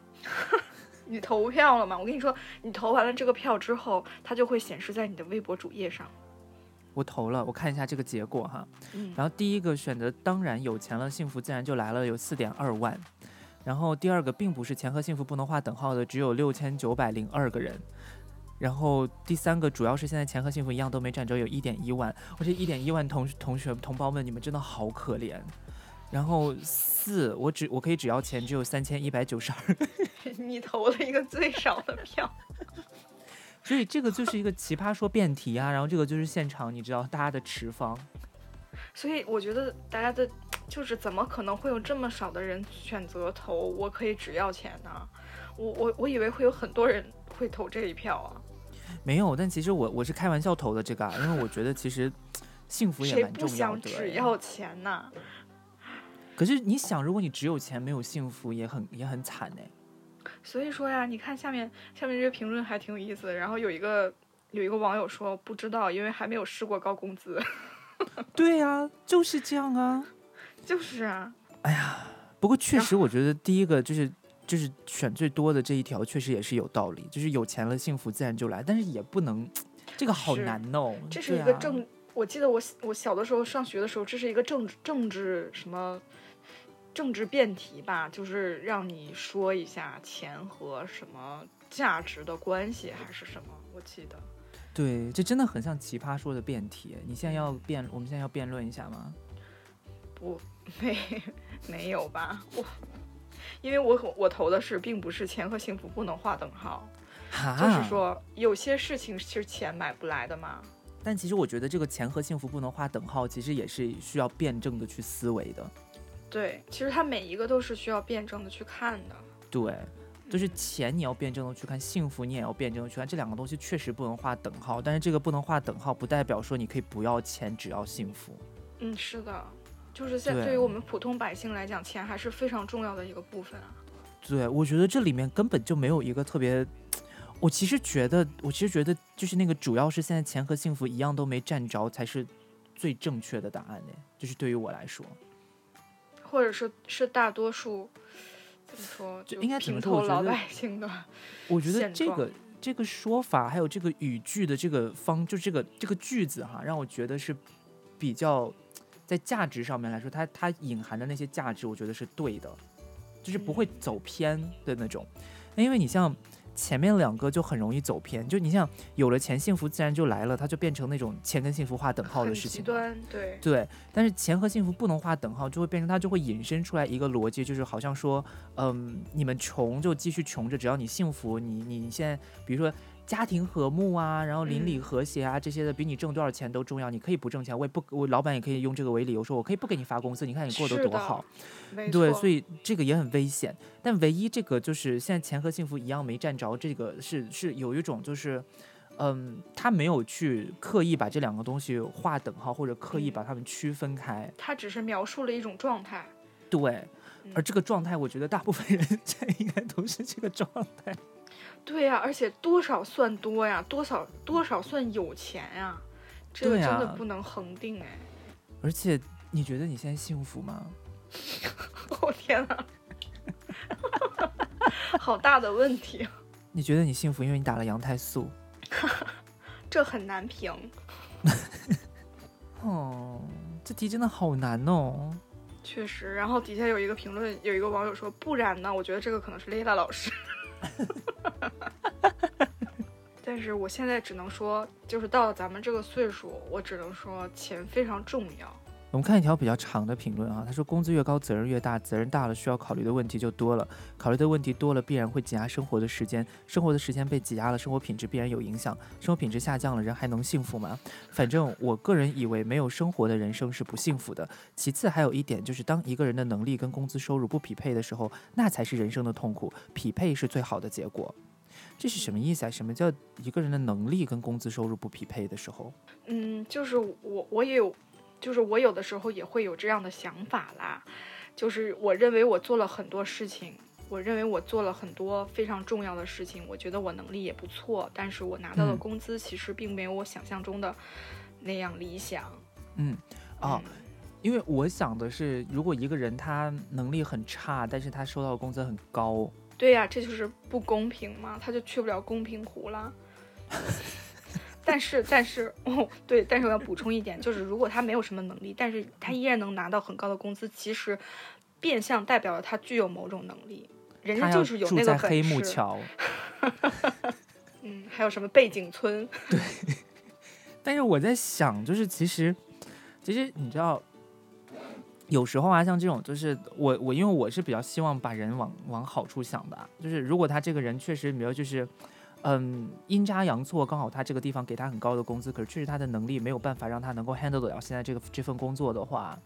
[SPEAKER 1] 你投票了吗？我跟你说，你投完了这个票之后，它就会显示在你的微博主页上。
[SPEAKER 2] 我投了，我看一下这个结果哈。
[SPEAKER 1] 嗯，
[SPEAKER 2] 然后第一个选择当然有钱了，幸福自然就来了，有四点二万。然后第二个并不是钱和幸福不能划等号的，只有六千九百零二个人。然后第三个主要是现在钱和幸福一样都没占着，有一点一万。我这一点一万同同学同胞们，你们真的好可怜。然后四，我只我可以只要钱，只有三千一百九十二。
[SPEAKER 1] 你投了一个最少的票。
[SPEAKER 2] 所以这个就是一个奇葩说辩题啊，然后这个就是现场，你知道大家的持方。
[SPEAKER 1] 所以我觉得大家的，就是怎么可能会有这么少的人选择投“我可以只要钱”呢？我我我以为会有很多人会投这一票啊，
[SPEAKER 2] 没有，但其实我我是开玩笑投的这个啊，因为我觉得其实幸福也
[SPEAKER 1] 谁
[SPEAKER 2] 蛮
[SPEAKER 1] 不
[SPEAKER 2] 重要
[SPEAKER 1] 想
[SPEAKER 2] 的
[SPEAKER 1] 只
[SPEAKER 2] 哎。
[SPEAKER 1] 要钱呢？
[SPEAKER 2] 可是你想，如果你只有钱没有幸福，也很也很惨哎。
[SPEAKER 1] 所以说呀，你看下面下面这个评论还挺有意思的，然后有一个。有一个网友说不知道，因为还没有试过高工资。
[SPEAKER 2] 对啊，就是这样啊。
[SPEAKER 1] 就是啊，
[SPEAKER 2] 不过确实，我觉得第一个就是就是选最多的这一条，确实也是有道理，就是有钱了，幸福自然就来。但是也不能，这个好
[SPEAKER 1] 是
[SPEAKER 2] 难哦。
[SPEAKER 1] 这是
[SPEAKER 2] 对
[SPEAKER 1] 一个
[SPEAKER 2] 啊
[SPEAKER 1] 政，我记得我我小的时候上学的时候，这是一个政治政治什么政治辩题吧，就是让你说一下钱和什么价值的关系还是什么，我记得。
[SPEAKER 2] 对，这真的很像奇葩说的辩题。哎你现在要辩，我们现在要辩论一下吗？
[SPEAKER 1] 不，没没有吧？我因为我我投的是，并不是钱和幸福不能划等号，
[SPEAKER 2] 哈，
[SPEAKER 1] 就是说有些事情是钱买不来的嘛。
[SPEAKER 2] 但其实我觉得这个钱和幸福不能画等号，其实也是需要辩证的去思维的。
[SPEAKER 1] 对，其实它每一个都是需要辩证的去看的。
[SPEAKER 2] 对，就是钱你要辩证的去看，幸福你也要辩证的去看，这两个东西确实不能画等号。但是这个不能画等号，不代表说你可以不要钱，只要幸福。
[SPEAKER 1] 嗯，是的，就是现
[SPEAKER 2] 对
[SPEAKER 1] 对于我们普通百姓来讲，钱还是非常重要的一个部分啊。
[SPEAKER 2] 对，我觉得这里面根本就没有一个特别。我其实觉得，我其实觉得就是那个主要是现在钱和幸福一样都没占着，才是最正确的答案呢。就是对于我来说，
[SPEAKER 1] 或者是是大多数怎么说，
[SPEAKER 2] 就
[SPEAKER 1] 就
[SPEAKER 2] 应该怎么
[SPEAKER 1] 平
[SPEAKER 2] 说我
[SPEAKER 1] 头
[SPEAKER 2] 觉
[SPEAKER 1] 老
[SPEAKER 2] 得
[SPEAKER 1] 百姓的，
[SPEAKER 2] 我觉得
[SPEAKER 1] 现
[SPEAKER 2] 这
[SPEAKER 1] 状
[SPEAKER 2] 个这个说法，还有这个语句的这个方，就这个这个句子哈，让我觉得是比较在价值上面来说，它它隐含的那些价值，我觉得是对的，就是不会
[SPEAKER 1] 嗯
[SPEAKER 2] 走偏的那种。因为你像前面两个就很容易走偏，就你像有了钱，幸福自然就来了，它就变成那种钱跟幸福划等号
[SPEAKER 1] 很
[SPEAKER 2] 的事
[SPEAKER 1] 极
[SPEAKER 2] 情了。
[SPEAKER 1] 端。对，
[SPEAKER 2] 对，但是钱和幸福不能画等号，就会变成它就会引申出来一个逻辑，就是好像说，嗯，你们穷就继续穷着，只要你幸福，你你你现在比如说家庭和睦啊，然后邻里
[SPEAKER 1] 嗯
[SPEAKER 2] 和谐啊、这些的，比你挣多少钱都重要。你可以不挣钱，我也不我老板也可以用这个为理由说，我可以不给你发工资，你看你过得
[SPEAKER 1] 是
[SPEAKER 2] 多
[SPEAKER 1] 的
[SPEAKER 2] 好。
[SPEAKER 1] 没错。
[SPEAKER 2] 对，所以这个也很危险。但唯一这个就是现在钱和幸福一样没占着，这个是是有一种就是，嗯，他没有去刻意把这两个东西划等号，或者刻
[SPEAKER 1] 嗯
[SPEAKER 2] 意把它们区分开。
[SPEAKER 1] 他只是描述了一种状态。
[SPEAKER 2] 对，而
[SPEAKER 1] 嗯
[SPEAKER 2] 这个状态，我觉得大部分人现在应该都是这个状态。
[SPEAKER 1] 对呀、而且多少算多呀，多少多少算有钱呀，这个
[SPEAKER 2] 对
[SPEAKER 1] 真
[SPEAKER 2] 呀
[SPEAKER 1] 的不能恒定哎。
[SPEAKER 2] 而且，你觉得你现在幸福吗？
[SPEAKER 1] 我、哦天哪， 好大的问题啊，
[SPEAKER 2] 你觉得你幸福，因为你打了羊胎素。
[SPEAKER 1] 这很难评。
[SPEAKER 2] 哦，这题真的好难哦。
[SPEAKER 1] 确实，然后底下有一个评论，有一个网友说：“不然呢？我觉得这个可能是 Lila 老师。”但是我现在只能说，就是到了咱们这个岁数，我只能说钱非常重要。
[SPEAKER 2] 我们看一条比较长的评论啊，他说工资越高责任越大，责任大了需要考虑的问题就多了，考虑的问题多了必然会挤压生活的时间，生活的时间被挤压了，生活品质必然有影响，生活品质下降了，人还能幸福吗？反正我个人以为没有生活的人生是不幸福的。其次还有一点就是，当一个人的能力跟工资收入不匹配的时候，那才是人生的痛苦，匹配是最好的结果。这是什么意思啊？什么叫一个人的能力跟工资收入不匹配的时候？
[SPEAKER 1] 嗯，就是我我也有，就是我有的时候也会有这样的想法啦，就是我认为我做了很多事情，我认为我做了很多非常重要的事情，我觉得我能力也不错，但是我拿到的
[SPEAKER 2] 嗯
[SPEAKER 1] 工资其实并没有我想象中的那样理想。
[SPEAKER 2] 嗯，啊、
[SPEAKER 1] 嗯
[SPEAKER 2] 因为我想的是，如果一个人他能力很差，但是他收到的工资很高，
[SPEAKER 1] 对呀、这就是不公平嘛，他就去不了公平湖啦。 但是，但是，哦，对，但是我要补充一点，就是如果他没有什么能力，但是他依然能拿到很高的工资，其实变相代表了他具有某种能力，人
[SPEAKER 2] 他
[SPEAKER 1] 家
[SPEAKER 2] 要
[SPEAKER 1] 就是有
[SPEAKER 2] 住
[SPEAKER 1] 那个
[SPEAKER 2] 在
[SPEAKER 1] 本
[SPEAKER 2] 黑木
[SPEAKER 1] 事。
[SPEAKER 2] 桥。
[SPEAKER 1] 嗯，还有什么背景村？
[SPEAKER 2] 但是我在想，就是其实，其实你知道，有时候啊，像这种，就是我我因为我是比较希望把人往往好处想的啊，就是如果他这个人确实，比如就是，嗯，阴差阳错，刚好他这个地方给他很高的工资，可是确实他的能力没有办法让他能够 handle 得了现在这个这份工作的话，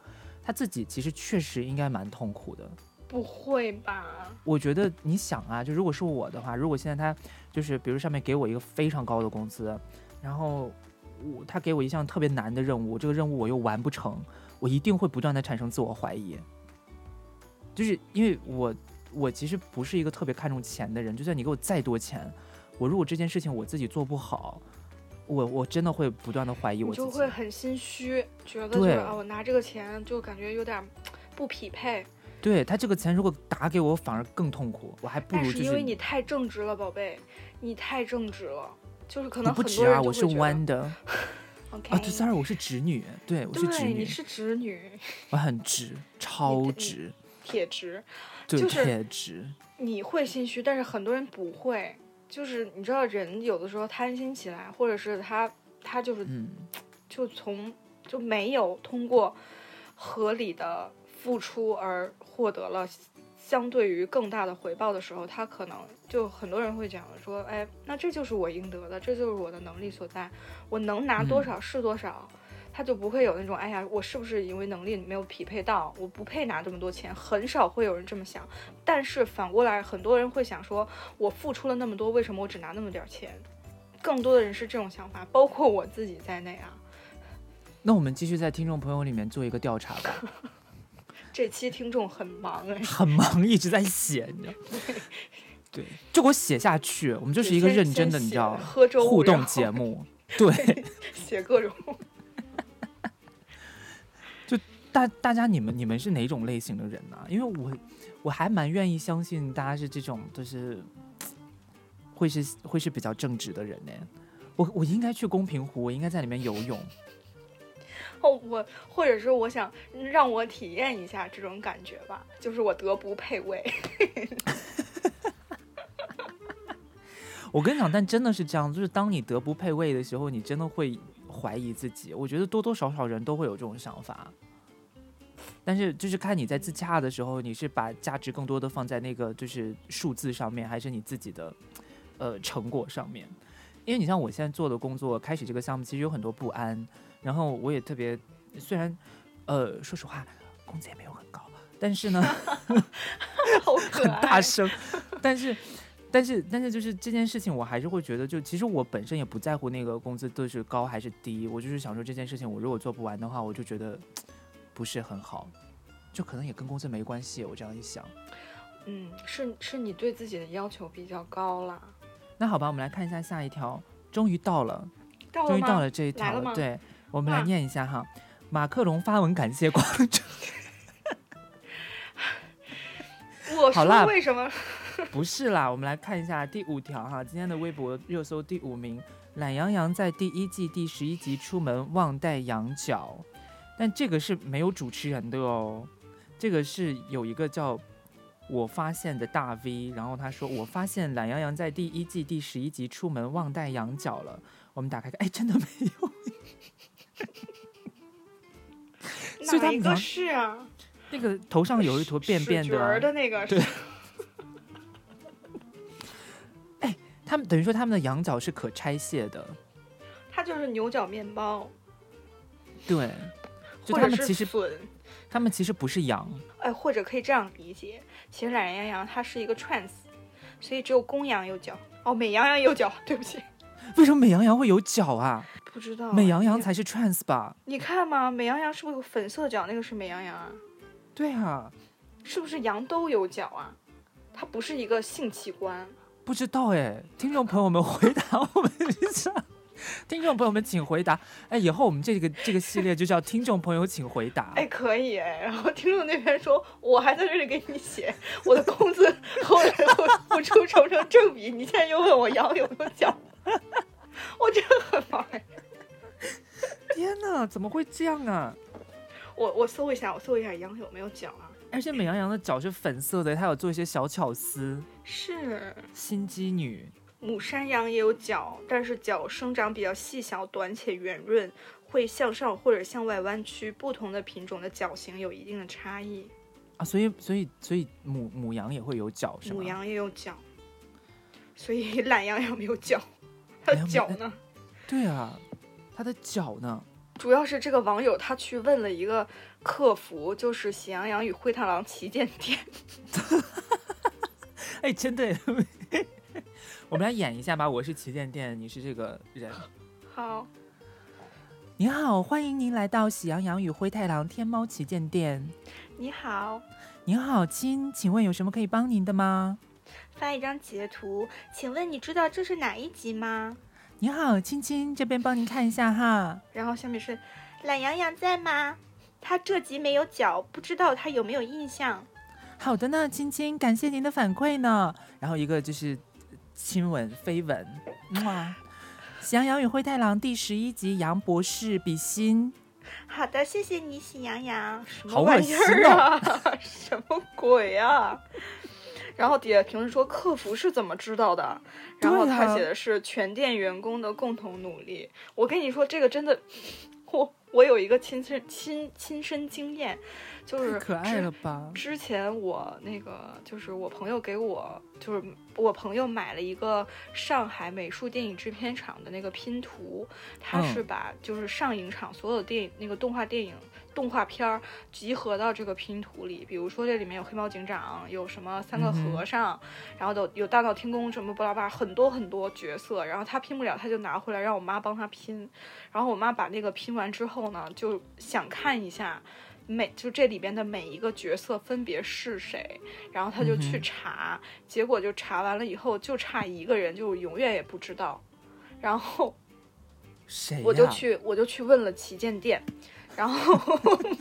[SPEAKER 2] 他自己其实确实应该蛮痛苦的。
[SPEAKER 1] 不会吧？
[SPEAKER 2] 我觉得你想啊，就如果是我的话，如果现在他就是比如上面给我一个非常高的工资，然后我他给我一项特别难的任务，这个任务我又完不成，我一定会不断的产生自我怀疑，就是因为我我其实不是一个特别看重钱的人，就算你给我再多钱，我如果这件事情我自己做不好，我我真的会不断的怀疑
[SPEAKER 1] 你
[SPEAKER 2] 我自
[SPEAKER 1] 就
[SPEAKER 2] 己
[SPEAKER 1] 会。很心虚，觉得
[SPEAKER 2] 对
[SPEAKER 1] 就是啊，我拿这个钱就感觉有点不匹配。
[SPEAKER 2] 对他这个钱如果打给我，反而更痛苦，我还不
[SPEAKER 1] 但
[SPEAKER 2] 如
[SPEAKER 1] 是
[SPEAKER 2] 就
[SPEAKER 1] 因
[SPEAKER 2] 是
[SPEAKER 1] 为你太正直了，宝贝，你太正直了，就是可
[SPEAKER 2] 我
[SPEAKER 1] 能
[SPEAKER 2] 不
[SPEAKER 1] 很
[SPEAKER 2] 直
[SPEAKER 1] 多人
[SPEAKER 2] 啊，
[SPEAKER 1] 就
[SPEAKER 2] 我
[SPEAKER 1] 会
[SPEAKER 2] 是
[SPEAKER 1] 觉得
[SPEAKER 2] 弯的。
[SPEAKER 1] OK
[SPEAKER 2] 啊，对，sorry，我是直女，对我是直
[SPEAKER 1] 对，你
[SPEAKER 2] 女，
[SPEAKER 1] 是直女，
[SPEAKER 2] 我很直，超
[SPEAKER 1] 你
[SPEAKER 2] 直，
[SPEAKER 1] 铁直。
[SPEAKER 2] 对，
[SPEAKER 1] 就是
[SPEAKER 2] 铁直，
[SPEAKER 1] 你会心虚，但是很多人不会。就是你知道，人有的时候贪心起来，或者是他他就是
[SPEAKER 2] 嗯，
[SPEAKER 1] 就从就没有通过合理的付出而获得了相对于更大的回报的时候，他可能就很多人会讲说，哎，那这就是我应得的，这就是我的能力所在，我能拿多少是多少。他就不会有那种，哎呀，我是不是因为能力没有匹配到，我不配拿这么多钱？很少会有人这么想。但是反过来，很多人会想说，我付出了那么多，为什么我只拿那么点儿钱？更多的人是这种想法，包括我自己在内啊。
[SPEAKER 2] 那我们继续在听众朋友里面做一个调查吧，
[SPEAKER 1] 这期听众很忙哎，
[SPEAKER 2] 很忙，一直在写，你知道，对，就给我写下去，我们就是一个
[SPEAKER 1] 先
[SPEAKER 2] 认真的，
[SPEAKER 1] 先
[SPEAKER 2] 你知
[SPEAKER 1] 写
[SPEAKER 2] 道，
[SPEAKER 1] 喝粥
[SPEAKER 2] 互动
[SPEAKER 1] 然后
[SPEAKER 2] 节目，对，
[SPEAKER 1] 写各种。
[SPEAKER 2] 大大家你们你们是哪种类型的人呢、因为我我还蛮愿意相信大家是这种，就是会是会是比较正直的人呢、我我应该去公平湖，我应该在里面游泳。
[SPEAKER 1] 哦，我或者是我想嗯让我体验一下这种感觉吧，就是我德不配位。
[SPEAKER 2] 我跟你讲，但真的是这样，就是当你德不配位的时候，你真的会怀疑自己。我觉得多多少少人都会有这种想法，但是就是看你在自洽的时候，你是把价值更多的放在那个就是数字上面，还是你自己的呃成果上面？因为你像我现在做的工作，开始这个项目其实有很多不安，然后我也特别，虽然呃说实话工资也没有很高，但是呢。
[SPEAKER 1] 好可
[SPEAKER 2] 很大
[SPEAKER 1] 爱。
[SPEAKER 2] 声，但是。但是，但是就是这件事情，我还是会觉得，就其实我本身也不在乎那个工资都是高还是低，我就是想说这件事情，我如果做不完的话，我就觉得不是很好，就可能也跟工资没关系。我这样一想，
[SPEAKER 1] 嗯，是是你对自己的要求比较高啦。
[SPEAKER 2] 那好吧，我们来看一下下一条，终于到了，
[SPEAKER 1] 到了
[SPEAKER 2] 终于
[SPEAKER 1] 吗？
[SPEAKER 2] 到了这一
[SPEAKER 1] 来
[SPEAKER 2] 条
[SPEAKER 1] 了吗
[SPEAKER 2] 对，我们来
[SPEAKER 1] 哇
[SPEAKER 2] 念一下哈，马克龙发文感谢广州。
[SPEAKER 1] 我
[SPEAKER 2] 好啦
[SPEAKER 1] 说为什么？
[SPEAKER 2] 不是啦，我们来看一下第五条哈，今天的微博热搜第五名，懒羊羊在第一季第十一集出门忘带羊角，但这个是没有主持人的哦，这个是有一个叫我发现的大 V，然后他说我发现懒羊羊在第一季第十一集出门忘带羊角了，我们打开看，哎，真的没有，所以他
[SPEAKER 1] 哪一
[SPEAKER 2] 们
[SPEAKER 1] 个
[SPEAKER 2] 好像
[SPEAKER 1] 是啊？
[SPEAKER 2] 那个头上有一坨便便
[SPEAKER 1] 屎角
[SPEAKER 2] 的 啊、
[SPEAKER 1] 儿的那个
[SPEAKER 2] 对他们等于说他们的羊角是可拆卸的，
[SPEAKER 1] 它就是牛角面包，
[SPEAKER 2] 对，就
[SPEAKER 1] 或
[SPEAKER 2] 他
[SPEAKER 1] 者
[SPEAKER 2] 们
[SPEAKER 1] 是
[SPEAKER 2] 其实
[SPEAKER 1] 笋，
[SPEAKER 2] 他们其实不是羊，
[SPEAKER 1] 哎，或者可以这样理解，其实懒羊羊它是一个 trans，所以只有公羊有角，哦，美羊羊有角， 对不起，
[SPEAKER 2] 为什么美羊羊会有角啊？
[SPEAKER 1] 不知道
[SPEAKER 2] 美羊羊
[SPEAKER 1] 你
[SPEAKER 2] 才是 trans 吧？
[SPEAKER 1] 你看嘛，美羊羊是不是有粉色角？那个是美羊羊啊，
[SPEAKER 2] 对啊，
[SPEAKER 1] 是不是羊都有角啊？它不是一个性器
[SPEAKER 2] 啊
[SPEAKER 1] 官，
[SPEAKER 2] 不知道哎，听众朋友们回答我们一下。 听众朋友们，请回答！哎，以后我们这个这个系列就叫“听众朋友，请回答”。
[SPEAKER 1] 哎，可以哎。然后听众那边说，我还在这里给你写我的工资和我的付出成成正比，你现在又问我羊有没有角，我真的很忙哎。
[SPEAKER 2] 天哪，怎么会这样啊？
[SPEAKER 1] 我我搜一下，我搜一下羊有没有角啊？
[SPEAKER 2] 而且美羊羊的脚是粉色的，它有做一些小巧思。
[SPEAKER 1] 是
[SPEAKER 2] 心机女，
[SPEAKER 1] 母山羊也有角，但是角生长比较细小、短且圆润，会向上或者向外弯曲。不同的品种的角型有一定的差异。
[SPEAKER 2] 啊，所以所以所以母母羊也会有角是吗？
[SPEAKER 1] 母羊也有角， 所以懒羊羊没有角。它
[SPEAKER 2] 哎
[SPEAKER 1] 的
[SPEAKER 2] 呀
[SPEAKER 1] 角
[SPEAKER 2] 没
[SPEAKER 1] 呢？
[SPEAKER 2] 对啊，它的脚呢？
[SPEAKER 1] 主要是这个网友他去问了一个客服，就是《喜羊羊与灰太狼旗舰店》。
[SPEAKER 2] 哎，真的耶， 我们来演一下吧。我是旗舰店，你是这个人。
[SPEAKER 1] 好，
[SPEAKER 2] 您好，欢迎您来到喜羊羊与灰太狼天猫旗舰店。
[SPEAKER 1] 你好，
[SPEAKER 2] 您好，亲，请问有什么可以帮您的吗？
[SPEAKER 1] 发一张截图，请问你知道这是哪一集吗？
[SPEAKER 2] 您好，亲亲，这边帮您看一下哈。
[SPEAKER 1] 然后下面是懒羊羊在吗？他这集没有脚，不知道他有没有印象。
[SPEAKER 2] 好的呢，亲亲，感谢您的反馈呢。然后一个就是亲吻、飞吻，哇！喜羊羊与灰太狼第十一集，杨博士比心。
[SPEAKER 1] 好的，谢谢你，喜羊羊。什么
[SPEAKER 2] 好恶
[SPEAKER 1] 玩意儿
[SPEAKER 2] 心哦
[SPEAKER 1] 啊？ 什么鬼啊？然后底下评论说客服是怎么知道的，然后
[SPEAKER 2] 对啊
[SPEAKER 1] 他写的是全店员工的共同努力。我跟你说，这个真的， 我我有一个亲身亲亲身经验，就是
[SPEAKER 2] 太可爱
[SPEAKER 1] 之
[SPEAKER 2] 了吧？
[SPEAKER 1] 之前我那个就是我朋友给我，就是我朋友买了一个上海美术电影制片厂的那个拼图，它
[SPEAKER 2] 嗯
[SPEAKER 1] 是把就是上影厂所有的电影那个动画电影。动画片儿集合到这个拼图里，比如说这里面有黑猫警长，有什么三个
[SPEAKER 2] 嗯
[SPEAKER 1] 和
[SPEAKER 2] 哼
[SPEAKER 1] 尚，然后都有大闹天宫什么巴拉巴拉，很多很多角色，然后他拼不了，他就拿回来让我妈帮他拼，然后我妈把那个拼完之后呢，就想看一下，每就这里边的每一个角色分别是谁，然后他就去
[SPEAKER 2] 嗯哼
[SPEAKER 1] 查，结果就查完了以后就差一个人，就永远也不知道。然后
[SPEAKER 2] 谁、呀？
[SPEAKER 1] 我就去我就去问了旗舰店，然后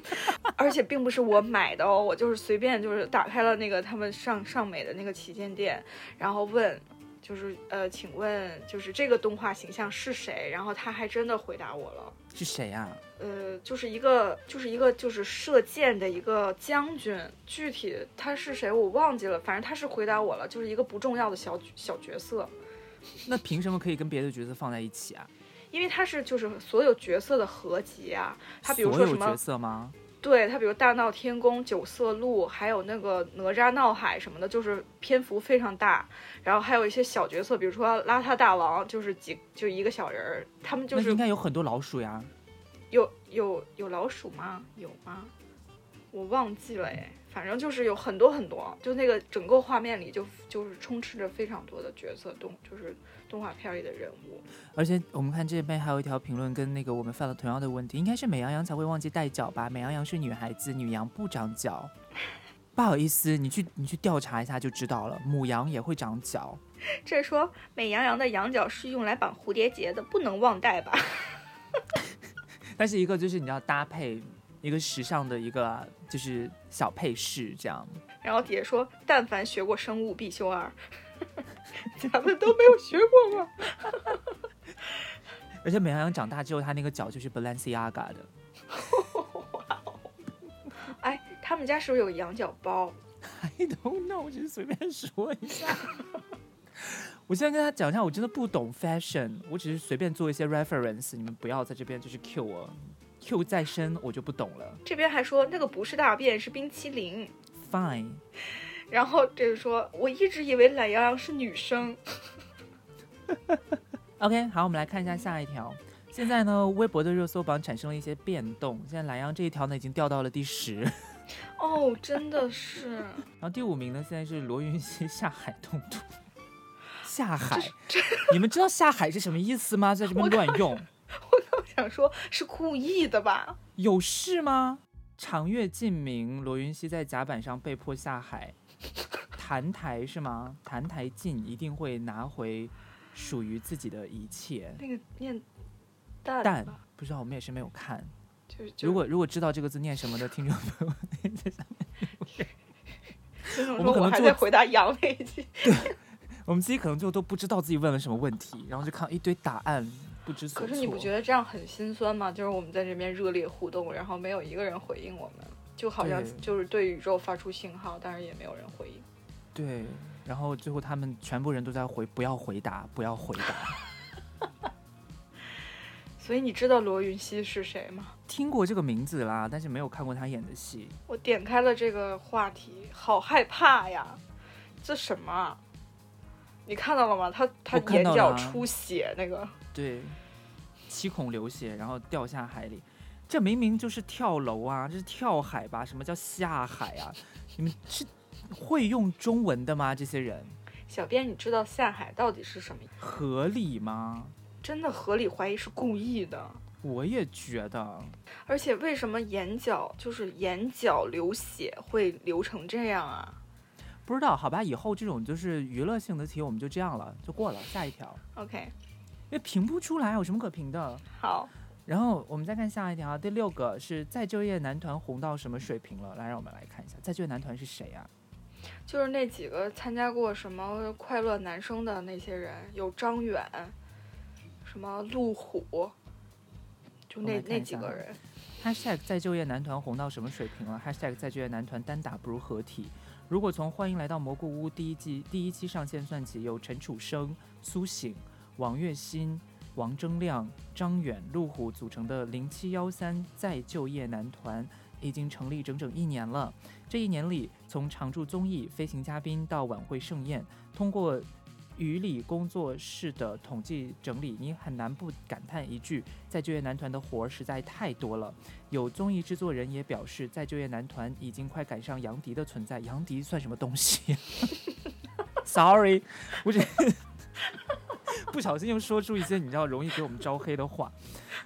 [SPEAKER 1] 而且并不是我买的哦，我就是随便就是打开了那个他们上上美的那个旗舰店，然后问。就是呃，请问就是这个动画形象是谁？然后他还真的回答我了。
[SPEAKER 2] 是谁呀、
[SPEAKER 1] 呃，就是一个就是一个就是射箭的一个将军，具体他是谁我忘记了，反正他是回答我了，就是一个不重要的小小角色，
[SPEAKER 2] 那凭什么可以跟别的角色放在一起啊？
[SPEAKER 1] 因为他是就是所有角色的合集啊，他比如
[SPEAKER 2] 所
[SPEAKER 1] 说
[SPEAKER 2] 有
[SPEAKER 1] 什
[SPEAKER 2] 角
[SPEAKER 1] 么，
[SPEAKER 2] 色吗？
[SPEAKER 1] 对他比如大闹天宫、九色鹿，还有那个哪吒闹海什么的，就是篇幅非常大，然后还有一些小角色，比如说邋遢大王，就是几就一个小人儿，他们就
[SPEAKER 2] 那
[SPEAKER 1] 是
[SPEAKER 2] 应该有很多老鼠呀。
[SPEAKER 1] 有有有老鼠吗？有吗？我忘记了哎，反正就是有很多很多，就那个整个画面里就就是充斥着非常多的角色动，就是动画片里的人物。
[SPEAKER 2] 而且我们看这边还有一条评论跟那个我们犯了同样的问题，应该是美羊羊才会忘记带脚吧？美羊羊是女孩子，女羊不长脚。不好意思，你去你去调查一下就知道了，母羊也会长脚。
[SPEAKER 1] 这说美羊羊的羊角是用来绑蝴蝶结的，不能忘带吧？
[SPEAKER 2] 但是一个就是你要搭配一个时尚的一个就是小配饰这样。
[SPEAKER 1] 然后底下说，但凡学过生物必修二， 咱们都没有学过吗？
[SPEAKER 2] 而且美羊羊长大之后，她那个脚就是 Balenciaga 的，
[SPEAKER 1] 哎，他们家是不是有羊角包？
[SPEAKER 2] I don't know，我只是随便说一下。 我现在跟他讲一下，我真的不懂 fashion，我只是随便做一些 reference，你们不要在这边就是 Q 我，Q 再深我就不懂了。
[SPEAKER 1] 这边还说那个不是大便，是冰淇淋。
[SPEAKER 2] Fine，
[SPEAKER 1] 然后这个说，我一直以为懒羊羊是女生。
[SPEAKER 2] OK，好，我们来看一下下一条。现在呢，微博的热搜榜产生了一些变动，现在懒羊这一条呢已经掉到了第十，然
[SPEAKER 1] 哦，真的是，
[SPEAKER 2] 后第五名呢现在是罗云熙下海动图。下海，你们知道下海是什么意思吗？在这边乱用，
[SPEAKER 1] 我想说，是故意的吧？
[SPEAKER 2] 有事吗？长月烬明，罗云熙在甲板上被迫下海，澹台是吗？澹台烬一定会拿回属于自己的一切。
[SPEAKER 1] 那个念蛋
[SPEAKER 2] 但
[SPEAKER 1] 吧，
[SPEAKER 2] 不知道，我们也是没有看。
[SPEAKER 1] 就是就
[SPEAKER 2] 如果如果知道这个字念什么的听众朋友 们，在下
[SPEAKER 1] 这种
[SPEAKER 2] 我们
[SPEAKER 1] 说
[SPEAKER 2] 可
[SPEAKER 1] 我
[SPEAKER 2] 能
[SPEAKER 1] 还
[SPEAKER 2] 就
[SPEAKER 1] 在回答羊那一句，
[SPEAKER 2] 我们自己可能就都不知道自己问了什么问题，然后就看到一堆答案，不知所
[SPEAKER 1] 可
[SPEAKER 2] 措。
[SPEAKER 1] 是你不觉得这样很心酸吗？就是我们在这边热烈互动，然后没有一个人回应我们，就好像
[SPEAKER 2] 对
[SPEAKER 1] 就是对宇宙发出信号，但是也没有人回应。
[SPEAKER 2] 对，然后最后他们全部人都在回不要回答，不要回答。
[SPEAKER 1] 所以你知道罗云熙是谁吗？
[SPEAKER 2] 听过这个名字啦，但是没有看过他演的戏。
[SPEAKER 1] 我点开了这个话题，好害怕呀！这什么啊？你看到了吗？他他
[SPEAKER 2] 我看
[SPEAKER 1] 眼
[SPEAKER 2] 到
[SPEAKER 1] 角
[SPEAKER 2] 了啊
[SPEAKER 1] 出血，那个
[SPEAKER 2] 对，七孔流血，然后掉下海里。这明明就是跳楼啊，这是跳海吧？什么叫下海啊？ 你们是会用中文的吗？这些人
[SPEAKER 1] 小编，你知道下海到底是什么意思？
[SPEAKER 2] 合理吗？
[SPEAKER 1] 真的合理怀疑是故意的。
[SPEAKER 2] 我也觉得，
[SPEAKER 1] 而且为什么眼角就是眼角流血会流成这样啊？
[SPEAKER 2] 不知道，好吧，以后这种就是娱乐性的题，我们就这样了，就过了，下一条，
[SPEAKER 1] OK，
[SPEAKER 2] 因为评不出来，有什么可评的？
[SPEAKER 1] 好，
[SPEAKER 2] 然后我们再看下一条啊，第六个是再就业男团红到什么水平了？来，让我们来看一下再就业男团是谁啊？
[SPEAKER 1] 就是那几个参加过什么快乐男生的那些人，有张远，什么路虎，就
[SPEAKER 2] 我
[SPEAKER 1] 那
[SPEAKER 2] 来看
[SPEAKER 1] 那
[SPEAKER 2] 一
[SPEAKER 1] 几
[SPEAKER 2] 下
[SPEAKER 1] 个
[SPEAKER 2] 哈
[SPEAKER 1] 人。
[SPEAKER 2] #hashtag 再就业男团红到什么水平了？#hashtag 再就业男团单打不如合体。如果从《欢迎来到蘑菇屋》第一季第一期上线算起，有陈楚生、苏醒、王栎鑫、王铮亮、张远、路虎组成的零七幺三再就业男团。已经成立整整一年了。这一年里，从常驻综艺、飞行嘉宾到晚会盛宴，通过于理工作室的统计整理，你很难不感叹一句：再就业男团的活儿实在太多了。有综艺制作人也表示，在就业男团已经快赶上杨迪的存在。杨迪算什么东西？Sorry，我只 不小心又说出一些你知道容易给我们招黑的话。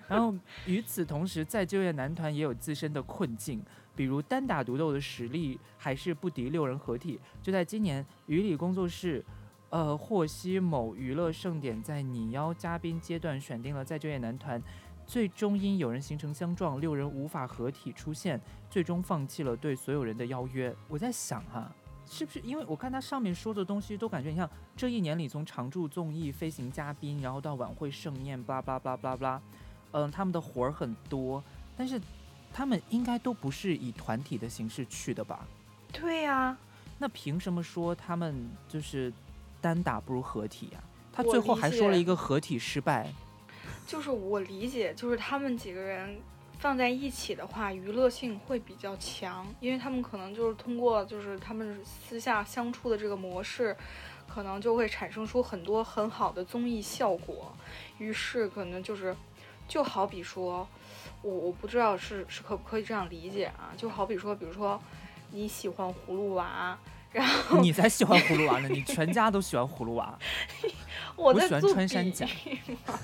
[SPEAKER 2] 然后与此同时，在就业男团也有自身的困境，比如单打独斗的实力还是不敌六人合体。就在今年，于理工作室。呃，获悉某娱乐盛典在拟邀嘉宾阶段选定了在就业男团最终因有人形成相撞，六人无法合体出现，最终放弃了对所有人的邀约。我在想哈、是不是因为我看他上面说的东西都感觉你像这一年里从常驻综艺、飞行嘉宾，然后到晚会盛宴，巴拉巴拉巴拉巴拉巴拉，嗯，他们的活儿很多，但是他们应该都不是以团体的形式去的吧？
[SPEAKER 1] 对呀、
[SPEAKER 2] 那凭什么说他们就是单打不如合体呀、他
[SPEAKER 1] 我
[SPEAKER 2] 最后
[SPEAKER 1] 理
[SPEAKER 2] 还说了
[SPEAKER 1] 解
[SPEAKER 2] 一个合体失 败，
[SPEAKER 1] 就是我理解，就是他们几个人放在一起的话，娱乐性会比较强，因为他们可能就是通过就是他们私下相处的这个模式，可能就会产生出很多很好的综艺效果。于是可能就是，就好比说，我我不知道是是可不可以这样理解啊？就好比说，比如说你喜欢葫芦娃，
[SPEAKER 2] 你才喜欢葫芦娃呢，你全家都喜欢葫芦娃。
[SPEAKER 1] 我
[SPEAKER 2] 我
[SPEAKER 1] 在
[SPEAKER 2] 喜欢
[SPEAKER 1] 做
[SPEAKER 2] 穿山
[SPEAKER 1] 笔
[SPEAKER 2] 甲
[SPEAKER 1] 记嘛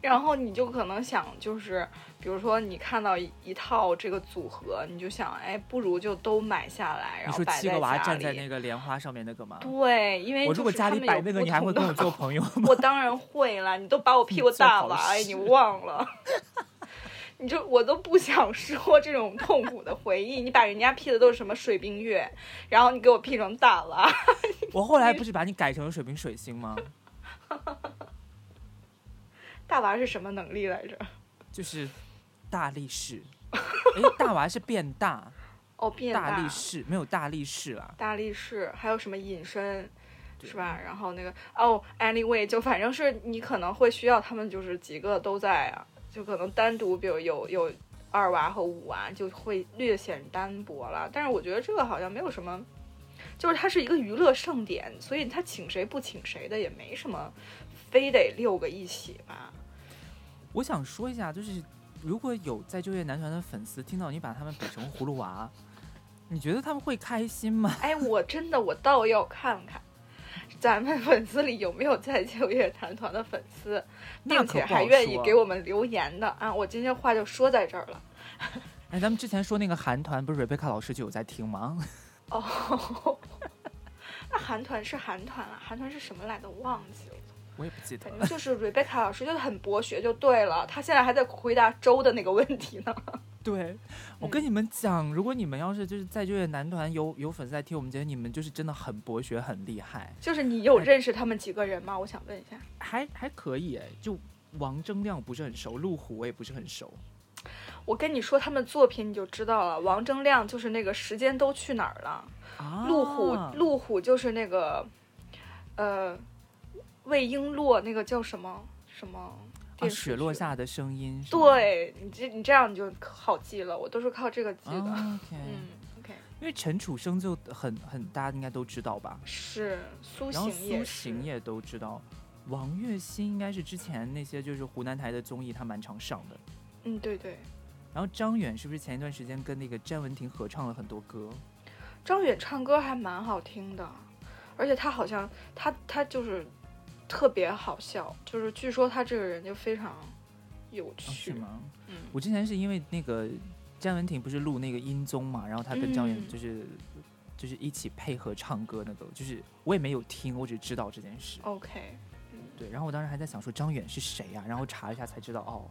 [SPEAKER 1] 然后你就可能想，就是比如说你看到一一套这个组合，你就想，哎，不如就都买下来，
[SPEAKER 2] 你
[SPEAKER 1] 然后
[SPEAKER 2] 说
[SPEAKER 1] 摆
[SPEAKER 2] 七
[SPEAKER 1] 在
[SPEAKER 2] 个娃
[SPEAKER 1] 家
[SPEAKER 2] 站
[SPEAKER 1] 里。
[SPEAKER 2] 在那个莲花上面那个吗？
[SPEAKER 1] 对，因为
[SPEAKER 2] 我
[SPEAKER 1] 就
[SPEAKER 2] 如果
[SPEAKER 1] 是
[SPEAKER 2] 家
[SPEAKER 1] 他
[SPEAKER 2] 里
[SPEAKER 1] 们
[SPEAKER 2] 摆
[SPEAKER 1] 有
[SPEAKER 2] 那个，
[SPEAKER 1] 不
[SPEAKER 2] 你还
[SPEAKER 1] 同
[SPEAKER 2] 会
[SPEAKER 1] 的
[SPEAKER 2] 跟我做朋友吗？
[SPEAKER 1] 我当然会啦，你都把我屁股
[SPEAKER 2] 你最
[SPEAKER 1] 大
[SPEAKER 2] 好
[SPEAKER 1] 了，哎，
[SPEAKER 2] 是
[SPEAKER 1] 你忘了？你就我都不想说这种痛苦的回忆。你把人家 P 的都是什么水冰月，然后你给我 P 成大了，
[SPEAKER 2] 我后来不是把你改成水瓶水星吗？
[SPEAKER 1] 大娃是什么能力来着？
[SPEAKER 2] 就是大力士。哎，大娃是变大，
[SPEAKER 1] 哦，变
[SPEAKER 2] 大力士没有大力士啦。
[SPEAKER 1] 大力士，还有什么隐身，
[SPEAKER 2] 对
[SPEAKER 1] 是吧？然后那个哦，anyway，就反正是你可能会需要他们，就是几个都在啊，就可能单独，比如有有二娃和五娃，就会略显单薄了。但是我觉得这个好像没有什么，就是它是一个娱乐盛典，所以他请谁不请谁的也没什么，非得六个一起吧。
[SPEAKER 2] 我想说一下，就是如果有在就业男团的粉丝听到你把他们比成葫芦娃，你觉得他们会开心吗？
[SPEAKER 1] 哎，我真的我倒要看看。咱们粉丝里有没有在 就业男团的粉丝？
[SPEAKER 2] 那
[SPEAKER 1] 并
[SPEAKER 2] 可
[SPEAKER 1] 且
[SPEAKER 2] 不
[SPEAKER 1] 还
[SPEAKER 2] 好
[SPEAKER 1] 愿意
[SPEAKER 2] 说啊
[SPEAKER 1] 给我们留言的啊！我今天话就说在这儿了。
[SPEAKER 2] 哎，咱们之前说那个韩团，不是瑞贝卡老师就有在听吗？
[SPEAKER 1] 哦， 那韩团是韩团啊，韩团是什么来的？我忘记了。
[SPEAKER 2] 我也不记得
[SPEAKER 1] 反
[SPEAKER 2] 了。
[SPEAKER 1] 正就是 Rebecca 老师就是很博学就对了，她现在还在回答周的那个问题呢。
[SPEAKER 2] 对，我跟你们讲，如果你们要是就是在就业男团有有粉丝在听我们节目，你们就是真的很博学，很厉害，
[SPEAKER 1] 就是你有认识他们几个人吗？我想问一下。
[SPEAKER 2] 还还可以哎。就王铮亮不是很熟，路虎我也不是很熟。
[SPEAKER 1] 我跟你说他们作品你就知道了，王铮亮就是那个时间都去哪儿了，
[SPEAKER 2] 啊，
[SPEAKER 1] 路虎路虎就是那个，呃，魏璎珞那个叫什么什么
[SPEAKER 2] 啊，
[SPEAKER 1] 电视
[SPEAKER 2] 雪落
[SPEAKER 1] 剧
[SPEAKER 2] 下的声音是吗。
[SPEAKER 1] 对你这你这样你就好记了，我都是靠这个记
[SPEAKER 2] 啊
[SPEAKER 1] 的。
[SPEAKER 2] ，OK，、
[SPEAKER 1] 嗯，OK，
[SPEAKER 2] 因为陈楚生就很很大家应该都知道吧，
[SPEAKER 1] 是苏
[SPEAKER 2] 然后
[SPEAKER 1] 醒
[SPEAKER 2] 苏
[SPEAKER 1] 也
[SPEAKER 2] 醒
[SPEAKER 1] 是，
[SPEAKER 2] 也都知道，王栎鑫应该是之前那些就是湖南台的综艺他蛮常上的。
[SPEAKER 1] 嗯，对对，
[SPEAKER 2] 然后张远是不是前一段时间跟那个詹雯婷合唱了很多歌？
[SPEAKER 1] 张远唱歌还蛮好听的，而且他好像他他就是特别好笑，就是据说他这个人就非常有
[SPEAKER 2] 哦、是
[SPEAKER 1] 趣，
[SPEAKER 2] 吗？
[SPEAKER 1] 嗯，
[SPEAKER 2] 我之前是因为那个詹雯婷不是录那个音综嘛，然后她跟张远
[SPEAKER 1] 嗯
[SPEAKER 2] 就是、就是一起配合唱歌那个，就是我也没有听，我只知道这件事。
[SPEAKER 1] OK。
[SPEAKER 2] 对，然后我当时还在想说张远是谁呀、然后查一下才知道哦，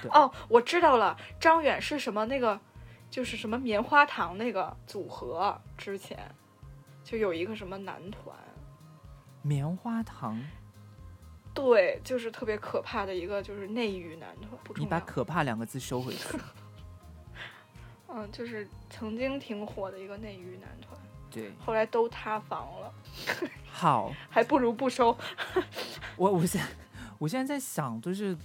[SPEAKER 2] 对，
[SPEAKER 1] 哦，我知道了，张远是什么那个，就是什么棉花糖那个组合，之前就有一个什么男团，
[SPEAKER 2] 棉花糖，
[SPEAKER 1] 对，就是特别可怕的一个，就是内娱男团，不重
[SPEAKER 2] 你把“
[SPEAKER 1] 要。
[SPEAKER 2] 可怕”两个字收回去。
[SPEAKER 1] 嗯，就是曾经挺火的一个内娱男团，
[SPEAKER 2] 对，
[SPEAKER 1] 后来都塌房了，
[SPEAKER 2] 好，
[SPEAKER 1] 还不如不收。
[SPEAKER 2] 我我现我现在在想，就是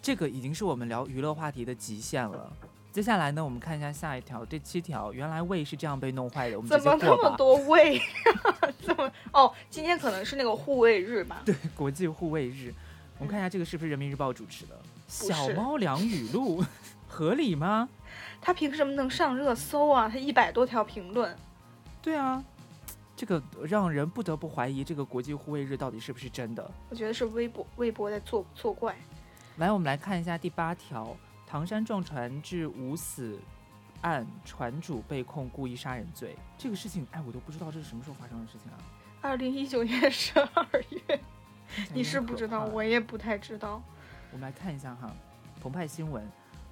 [SPEAKER 2] 这个已经是我们聊娱乐话题的极限了。接下来呢，我们看一下下一条，第七条，原来胃是这样被弄坏的，我们直
[SPEAKER 1] 怎
[SPEAKER 2] 接
[SPEAKER 1] 么那
[SPEAKER 2] 过
[SPEAKER 1] 么
[SPEAKER 2] 吧。
[SPEAKER 1] 多位？ 怎么？哦，今天可能是那个护卫日吧？对，
[SPEAKER 2] 国际护卫日，我们看一下这个是不是人民日报主持的？
[SPEAKER 1] 嗯是
[SPEAKER 2] 小猫梁语 录合理吗？
[SPEAKER 1] 他凭什么能上热搜啊？他一百多条评论，
[SPEAKER 2] 对啊，这个让人不得不怀疑这个国际护卫日到底是不是真的。
[SPEAKER 1] 我觉得是微博微博在作作怪。
[SPEAKER 2] 来，我们来看一下第八条：唐山撞船致无死案，船主被控故意杀人罪。这个事情，哎，我都不知道这是什么时候发生的事情啊！
[SPEAKER 1] 二零一九年十二月，
[SPEAKER 2] 听起
[SPEAKER 1] 你
[SPEAKER 2] 来有点
[SPEAKER 1] 是
[SPEAKER 2] 可
[SPEAKER 1] 不知道，
[SPEAKER 2] 怕
[SPEAKER 1] 我也不太知道。
[SPEAKER 2] 我们来看一下哈，澎湃新闻，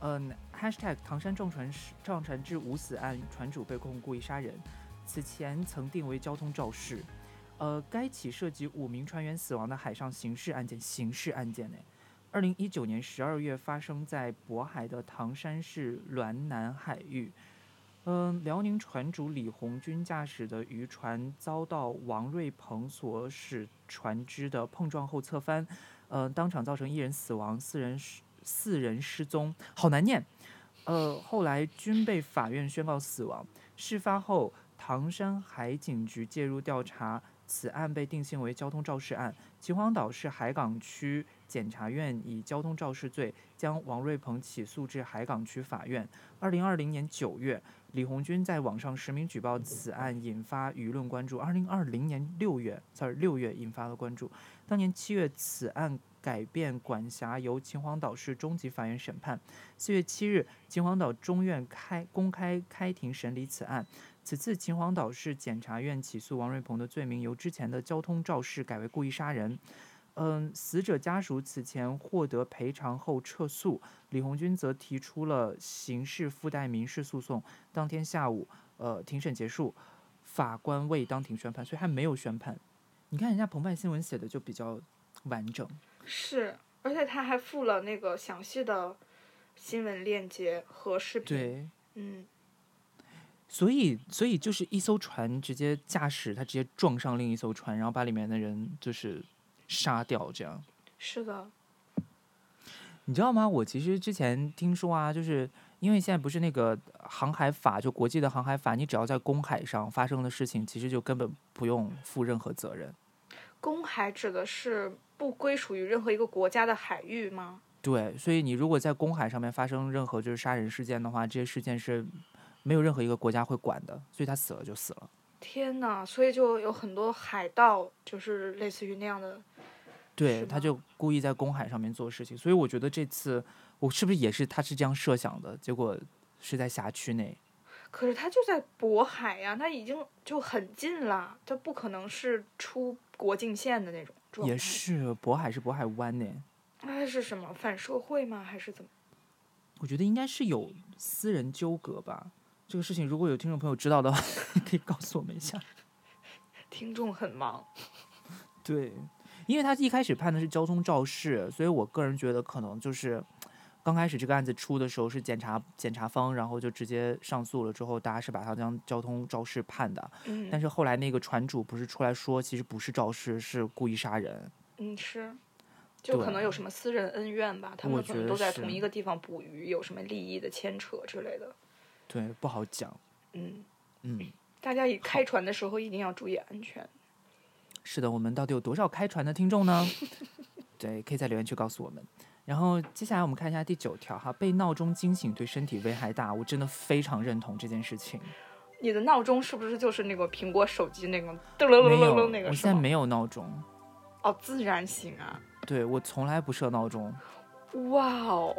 [SPEAKER 2] 嗯，#hashtag 唐山撞船事撞船致无死案，船主被控故意杀人，此前曾定为交通肇事。呃，该起涉及五名船员死亡的海上刑事案件，刑事案件呢，二零一九年十二月发生在渤海的唐山市滦南海域。嗯、辽宁船主李红军驾驶的渔船遭到王瑞鹏所使船只的碰撞后侧翻，呃，当场造成一人死亡，四人失四人失踪，好难念。呃，后来均被法院宣告死亡。事发后，唐山海警局介入调查，此案被定性为交通肇事案。秦皇岛市海港区检察院以交通肇事罪将王瑞鹏起诉至海港区法院。二零二零年九月，李红军在网上实名举报此案，引发舆论关注。二零二零年六月，sorry，六月引发了关注。当年七月，此案改变管辖，由秦皇岛市中级法院审判。四月七日，秦皇岛中院开公开开庭审理此案。此次秦皇岛市检察院起诉王瑞鹏的罪名由之前的交通肇事改为故意杀人。嗯，死者家属此前获得赔偿后撤诉，李红军则提出了刑事附带民事诉讼。当天下午，呃，庭审结束，法官未当庭宣判，所以还没有宣判。你看人家澎湃新闻写的就比较完整，
[SPEAKER 1] 是，而且他还附了那个详细的新闻链接和视频。，
[SPEAKER 2] 对，
[SPEAKER 1] 嗯，
[SPEAKER 2] 所以所以就是一艘船直接驾驶，他直接撞上另一艘船，然后把里面的人就是杀掉，这样。
[SPEAKER 1] 是的，
[SPEAKER 2] 你知道吗？我其实之前听说啊，就是因为现在不是那个航海法，就国际的航海法，你只要在公海上发生的事情，其实就根本不用负任何责任。
[SPEAKER 1] 公海指的是不归属于任何一个国家的海域吗？
[SPEAKER 2] 对，所以你如果在公海上面发生任何就是杀人事件的话，这些事件是没有任何一个国家会管的，所以他死了就死了。
[SPEAKER 1] 天呐，所以就有很多海盗，就是类似于那样的。
[SPEAKER 2] 对，
[SPEAKER 1] 是
[SPEAKER 2] 他
[SPEAKER 1] 吗
[SPEAKER 2] 就故意在公海上面做事情，所以我觉得这次我是不是也是他是这样设想的，结果是在辖区内。
[SPEAKER 1] 可是他就在渤海呀、他已经就很近了，他不可能是出国境线的那种状态。
[SPEAKER 2] 也是，渤海是渤海湾呢，
[SPEAKER 1] 那是什么反社会吗？还是怎么？
[SPEAKER 2] 我觉得应该是有私人纠葛吧。这个事情如果有听众朋友知道的话， 可以告诉我们一下。
[SPEAKER 1] 听众很忙，
[SPEAKER 2] 对，因为他一开始判的是交通肇事，所以我个人觉得可能就是刚开始这个案子出的时候是检察检察方，然后就直接上诉了，之后大家是把他当交通肇事判的。但
[SPEAKER 1] 嗯
[SPEAKER 2] 是后来那个船主不是出来说，其实不是肇事，是故意杀人。
[SPEAKER 1] 嗯是，就
[SPEAKER 2] 对
[SPEAKER 1] 可能有什么私人恩怨吧，他
[SPEAKER 2] 我
[SPEAKER 1] 们可
[SPEAKER 2] 觉
[SPEAKER 1] 能
[SPEAKER 2] 得
[SPEAKER 1] 都在
[SPEAKER 2] 是
[SPEAKER 1] 同一个地方捕鱼，有什么利益的牵扯之类的。
[SPEAKER 2] 对，不好讲。
[SPEAKER 1] 嗯，
[SPEAKER 2] 嗯，
[SPEAKER 1] 大家以开船的时候一定要注意安全。
[SPEAKER 2] 是的，我们到底有多少开船的听众呢？ 对，可以在留言区告诉我们。然后接下来我们看一下第九条哈，被闹钟惊醒对身体危害大，我真的非常认同这件事情。
[SPEAKER 1] 你的闹钟是不是就是那个苹果手机那个噔噔噔
[SPEAKER 2] 没
[SPEAKER 1] 噔噔
[SPEAKER 2] 有，
[SPEAKER 1] 那个
[SPEAKER 2] 我
[SPEAKER 1] 是
[SPEAKER 2] 现在
[SPEAKER 1] 吗？
[SPEAKER 2] 没有闹钟，
[SPEAKER 1] 哦，自然醒啊！
[SPEAKER 2] 对我从来不设闹钟，
[SPEAKER 1] 哇哦，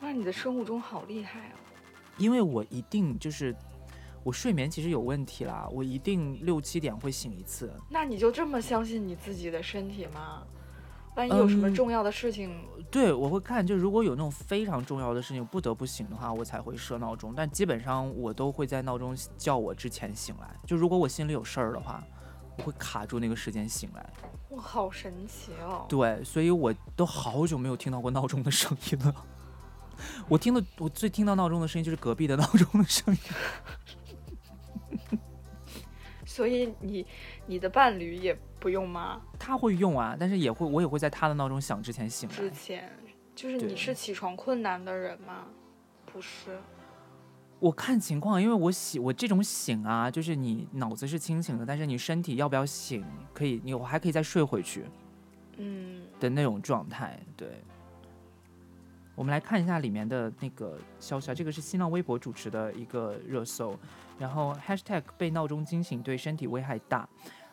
[SPEAKER 1] 那你的生物钟好厉害啊！
[SPEAKER 2] 因为我一定就是我睡眠其实有问题啦，我一定六七点会醒一次。
[SPEAKER 1] 那你就这么相信你自己的身体吗？万一有什么
[SPEAKER 2] 嗯
[SPEAKER 1] 重要的事情，
[SPEAKER 2] 对，我会看，就如果有那种非常重要的事情不得不醒的话，我才会设闹钟。但基本上我都会在闹钟叫我之前醒来。就如果我心里有事儿的话，我会卡住那个时间醒来。
[SPEAKER 1] 哇，好神奇哦！
[SPEAKER 2] 对，所以我都好久没有听到过闹钟的声音了。 我听的，我最听到闹钟的声音就是隔壁的闹钟的声音。
[SPEAKER 1] 所以你你的伴侣也不用吗？
[SPEAKER 2] 他会用啊，但是也会我也会在他的闹钟响之前醒
[SPEAKER 1] 之
[SPEAKER 2] 来。
[SPEAKER 1] 前就是
[SPEAKER 2] 对
[SPEAKER 1] 你是起床困难的人吗？不是，
[SPEAKER 2] 我看情况，因为我醒我这种醒啊，就是你脑子是清醒的，但是你身体要不要醒，可以你我还可以再睡回去
[SPEAKER 1] 嗯，
[SPEAKER 2] 的那种状态。对，我们来看一下里面的那个消息啊，这个是新浪微博主持的一个热搜，然后 hashtag 被闹钟惊醒对身体危害大。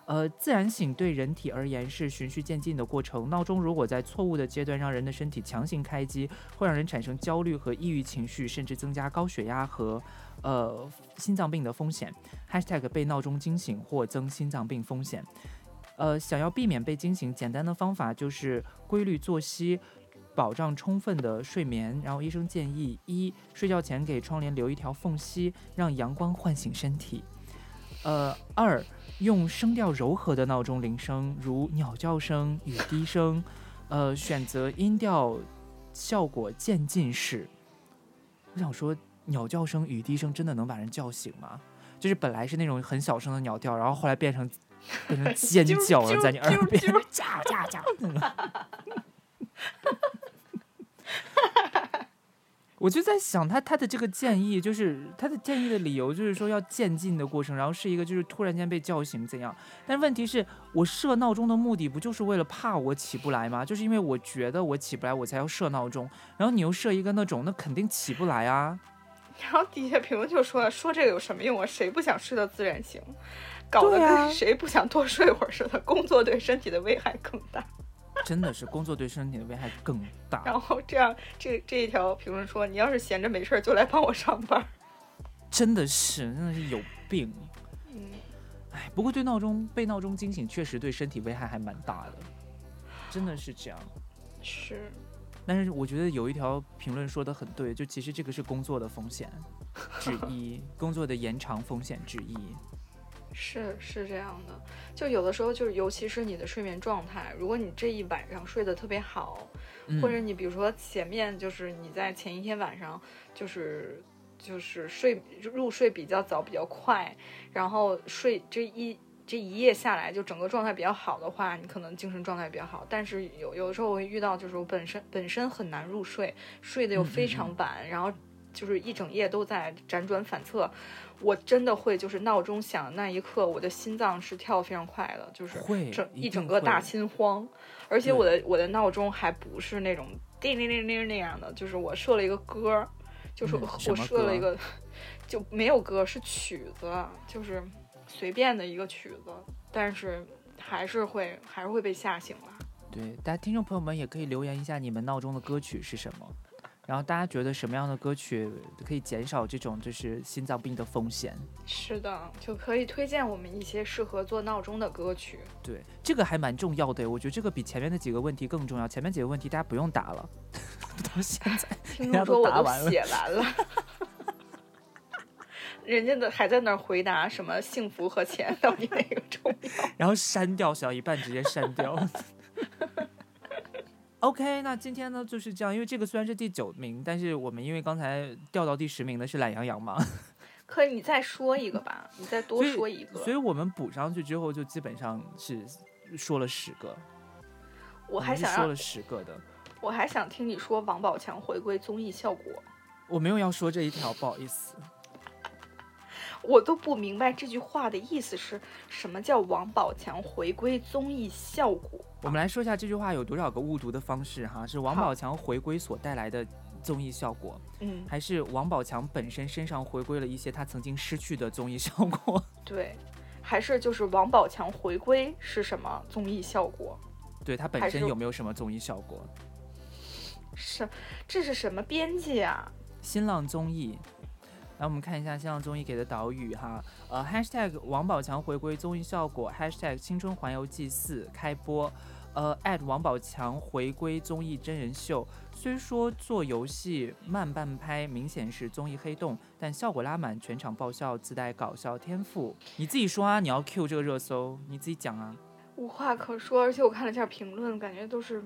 [SPEAKER 2] 呃，自然醒对人体而言是循序渐进的过程。闹钟如果在错误的阶段让人的身体强行开机，会让人产生焦虑和抑郁情绪，甚至增加高血压和呃心脏病的风险。#hashtag 被闹钟惊醒或增心脏病风险。呃，想要避免被惊醒，简单的方法就是规律作息。保障充分的睡眠，然后医生建议：一、睡觉前给窗帘留一条缝隙，让阳光唤醒身体；呃，二、用声调柔和的闹钟铃声，如鸟叫声、雨滴声，呃，选择音调效果渐进式。我想说，鸟叫声、雨滴声真的能把人叫醒吗？就是本来是那种很小声的鸟叫，然后后来变成变 成尖
[SPEAKER 1] 啾
[SPEAKER 2] 叫，然后
[SPEAKER 1] 啾
[SPEAKER 2] 在你耳
[SPEAKER 1] 啾
[SPEAKER 2] 边
[SPEAKER 1] 啾
[SPEAKER 2] 叫叫叫。 我就在想他他的这个建议，就是他的建议的理由，就是说要渐进的过程，然后是一个就是突然间被叫醒怎样？但问题是我设闹钟的目的不就是为了怕我起不来吗？就是因为我觉得我起不来，我才要设闹钟。然后你又设一个那种，那肯定起不来啊。
[SPEAKER 1] 然后底下评论就说了，说这个有什么用啊？谁不想睡到自然醒？搞得
[SPEAKER 2] 对啊
[SPEAKER 1] 跟谁不想多睡会儿似的。工作对身体的危害更大。
[SPEAKER 2] 真的是工作对身体的危害更大，
[SPEAKER 1] 然后这样，这这一条评论说，你要是闲着没事儿，就来帮我上班。
[SPEAKER 2] 真的是真的是有病。
[SPEAKER 1] 嗯，
[SPEAKER 2] 哎，不过对闹钟被闹钟惊醒，确实对身体危害还蛮大的。真的是这样。
[SPEAKER 1] 是，
[SPEAKER 2] 但是我觉得有一条评论说的很对，就其实这个是工作的风险之 一，工作的延长风险之一。
[SPEAKER 1] 是是这样的，就有的时候就是，尤其是你的睡眠状态，如果你这一晚上睡得特别好，
[SPEAKER 2] 嗯、
[SPEAKER 1] 或者你比如说前面就是你在前一天晚上就是就是睡入睡比较早比较快，然后睡这一这一夜下来就整个状态比较好的话，你可能精神状态比较好。但是有有的时候我会遇到就是我本身本身很难入睡，睡得又
[SPEAKER 2] 嗯
[SPEAKER 1] 非常晚，然后就是一整夜都在辗转反侧，我真的会就是闹钟响的那一刻，我的心脏是跳得非常快的，就是
[SPEAKER 2] 会
[SPEAKER 1] 整
[SPEAKER 2] 一
[SPEAKER 1] 一整
[SPEAKER 2] 定
[SPEAKER 1] 个大
[SPEAKER 2] 会
[SPEAKER 1] 心慌。而且我
[SPEAKER 2] 嗯
[SPEAKER 1] 的我的闹钟还不是那种叮铃铃铃那样的，就是我设了一个歌儿，就是
[SPEAKER 2] 嗯
[SPEAKER 1] 我
[SPEAKER 2] 什么
[SPEAKER 1] 设了一个，就没有歌是曲子，就是随便的一个曲子，但是还是会还是会被吓醒了。
[SPEAKER 2] 对，大家听众朋友们也可以留言一下你们闹钟的歌曲是什么，然后大家觉得什么样的歌曲可以减少这种就是心脏病的风险？
[SPEAKER 1] 是的，就可以推荐我们一些适合做闹钟的歌曲。
[SPEAKER 2] 对，这个还蛮重要的，我觉得这个比前面的几个问题更重要。前面几个问题大家不用答了， 到现在
[SPEAKER 1] 听
[SPEAKER 2] 人家
[SPEAKER 1] 众说
[SPEAKER 2] 都
[SPEAKER 1] 我
[SPEAKER 2] 答
[SPEAKER 1] 都
[SPEAKER 2] 完了
[SPEAKER 1] 写完了，人家的还在那儿回答什么幸福和钱到底哪个重要？
[SPEAKER 2] 然后删掉小一半，直接删掉。OK，那今天呢就是这样，因为这个虽然是第九名，但是我们因为刚才掉到第十名的是懒羊羊嘛，
[SPEAKER 1] 可以，你再说一个吧，你再多
[SPEAKER 2] 所以
[SPEAKER 1] 说一个。
[SPEAKER 2] 所以我们补上去之后就基本上是说了十个，
[SPEAKER 1] 我还
[SPEAKER 2] 们是
[SPEAKER 1] 想
[SPEAKER 2] 说
[SPEAKER 1] 让
[SPEAKER 2] 了十个的，
[SPEAKER 1] 我还想听你说王宝强回归综艺效果，
[SPEAKER 2] 我没有要说这一条，不好意思。
[SPEAKER 1] 我都不明白这句话的意思是什么叫王宝强回归综艺效果。
[SPEAKER 2] 我们来说一下这句话有多少个误读的方式哈，是王
[SPEAKER 1] 好
[SPEAKER 2] 宝强回归所带来的综艺效果，
[SPEAKER 1] 嗯，
[SPEAKER 2] 还是王宝强本身身上回归了一些他曾经失去的综艺效果？
[SPEAKER 1] 对，还是就是王宝强回归是什么综艺效果？
[SPEAKER 2] 对他本
[SPEAKER 1] 还
[SPEAKER 2] 身
[SPEAKER 1] 是
[SPEAKER 2] 有没有什么综艺效果？
[SPEAKER 1] 是这是什么编辑啊？
[SPEAKER 2] 新浪综艺。来，我们看一下新浪综艺给的导语哈，呃，#hashtag 王宝强回归综艺效果，#hashtag 青春环游记四开播，呃，@王宝强回归综艺真人秀。虽说做游戏慢半拍明显是综艺黑洞，但效果拉满，全场爆笑，自带搞笑天赋。你自己说啊，你要 Q 这个热搜，你自己讲啊。
[SPEAKER 1] 无话可说，而且我看了一下评论，感觉都是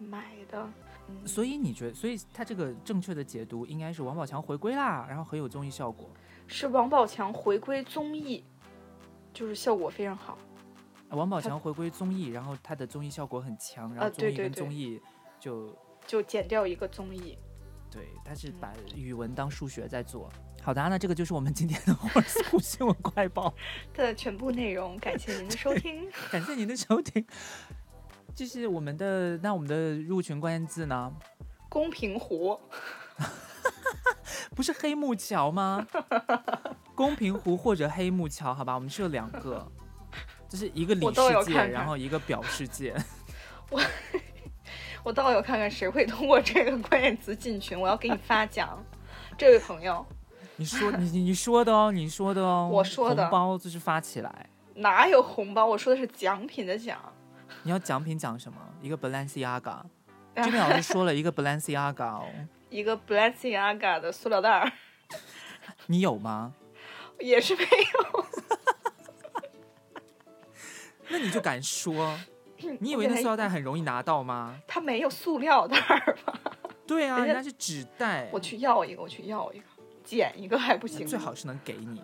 [SPEAKER 1] 买的。嗯
[SPEAKER 2] 所以你觉得，所以他这个正确的解读应该是王宝强回归啦，然后很有综艺效果。
[SPEAKER 1] 是王宝强回归综艺，就是效果非常好。
[SPEAKER 2] 呃王宝
[SPEAKER 1] 他
[SPEAKER 2] 强回归综艺，然后他的综艺效果很强，然
[SPEAKER 1] 啊
[SPEAKER 2] 后综
[SPEAKER 1] 对
[SPEAKER 2] 艺
[SPEAKER 1] 对
[SPEAKER 2] 跟
[SPEAKER 1] 对
[SPEAKER 2] 综艺就
[SPEAKER 1] 就减掉一个综艺。
[SPEAKER 2] 对，他是
[SPEAKER 1] 嗯
[SPEAKER 2] 把语文当数学在做。好的啊，那这个就是我们今天的 horoscope 新闻快报，
[SPEAKER 1] 的全部内容，感谢您的收听。
[SPEAKER 2] 感谢您的收听。就是我们的那我们的入群关键字呢，
[SPEAKER 1] 公平湖，
[SPEAKER 2] 不是黑木桥吗？公平湖或者黑木桥，好吧，我们是有两个，就是一个里
[SPEAKER 1] 我
[SPEAKER 2] 世
[SPEAKER 1] 都有
[SPEAKER 2] 界，
[SPEAKER 1] 看看
[SPEAKER 2] 然后一个表世界。
[SPEAKER 1] 我倒要看看谁会通过这个关键词进群，我要给你发奖。这位朋友，
[SPEAKER 2] 你说你你你说的哦，你说的哦，
[SPEAKER 1] 我说的
[SPEAKER 2] 红包就是发起来。
[SPEAKER 1] 哪有红包？我说的是奖品的奖。
[SPEAKER 2] 你要奖品讲什么？一 个 Balenciaga，这边老师说了一个 Balenciaga，、哦、
[SPEAKER 1] 一个 Balenciaga 的塑料袋儿
[SPEAKER 2] 你有吗？
[SPEAKER 1] 也是没
[SPEAKER 2] 那你就敢说？你以为
[SPEAKER 1] 我
[SPEAKER 2] 那
[SPEAKER 1] 本来
[SPEAKER 2] 塑料袋很容易拿到吗？
[SPEAKER 1] 它没有塑料袋儿吧？
[SPEAKER 2] 对啊，
[SPEAKER 1] 人
[SPEAKER 2] 人
[SPEAKER 1] 家
[SPEAKER 2] 家是纸袋，
[SPEAKER 1] 我去要一个，我去要一个，捡一个还不行吗？
[SPEAKER 2] 最好是能给你。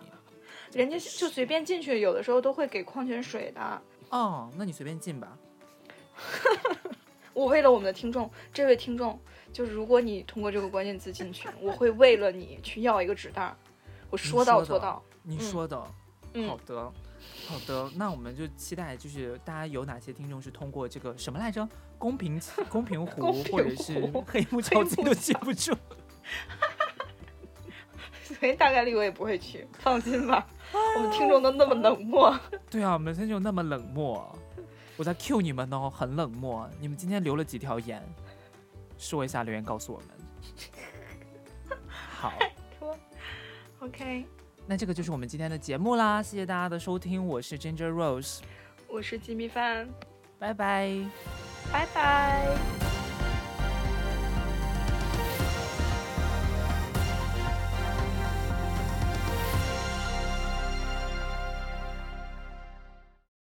[SPEAKER 1] 人家就随便进去，有的时候都会给矿泉水的。
[SPEAKER 2] 哦，那你随便进吧。
[SPEAKER 1] 我为了我们的听众，这位听众，就是如果你通过这个关键字进群，我会为了你去要一个纸袋儿，我说到
[SPEAKER 2] 你
[SPEAKER 1] 做
[SPEAKER 2] 说的
[SPEAKER 1] 到。
[SPEAKER 2] 你
[SPEAKER 1] 嗯
[SPEAKER 2] 说的，哦
[SPEAKER 1] 嗯
[SPEAKER 2] 好的，好的。那我们就期待，就是大家有哪些听众是通过这个什么来着？公平公平湖，
[SPEAKER 1] 公平
[SPEAKER 2] 或者是
[SPEAKER 1] 湖
[SPEAKER 2] 黑木桥，
[SPEAKER 1] 黑
[SPEAKER 2] 自己
[SPEAKER 1] 木
[SPEAKER 2] 都记不住。
[SPEAKER 1] 所以大概率我也不会去，放心 吧。我们听众都那么冷漠，
[SPEAKER 2] 对啊，我们真就那么冷漠。我在 Q 你们哦，很冷漠。你们今天留了几条言？说一下留言告诉我们。好，
[SPEAKER 1] 说 OK，
[SPEAKER 2] 那这个就是我们今天的节目啦，谢谢大家的收听，我是 Ginger Rose，
[SPEAKER 1] 我是吉米范。
[SPEAKER 2] 拜拜。
[SPEAKER 1] 拜拜。拜拜。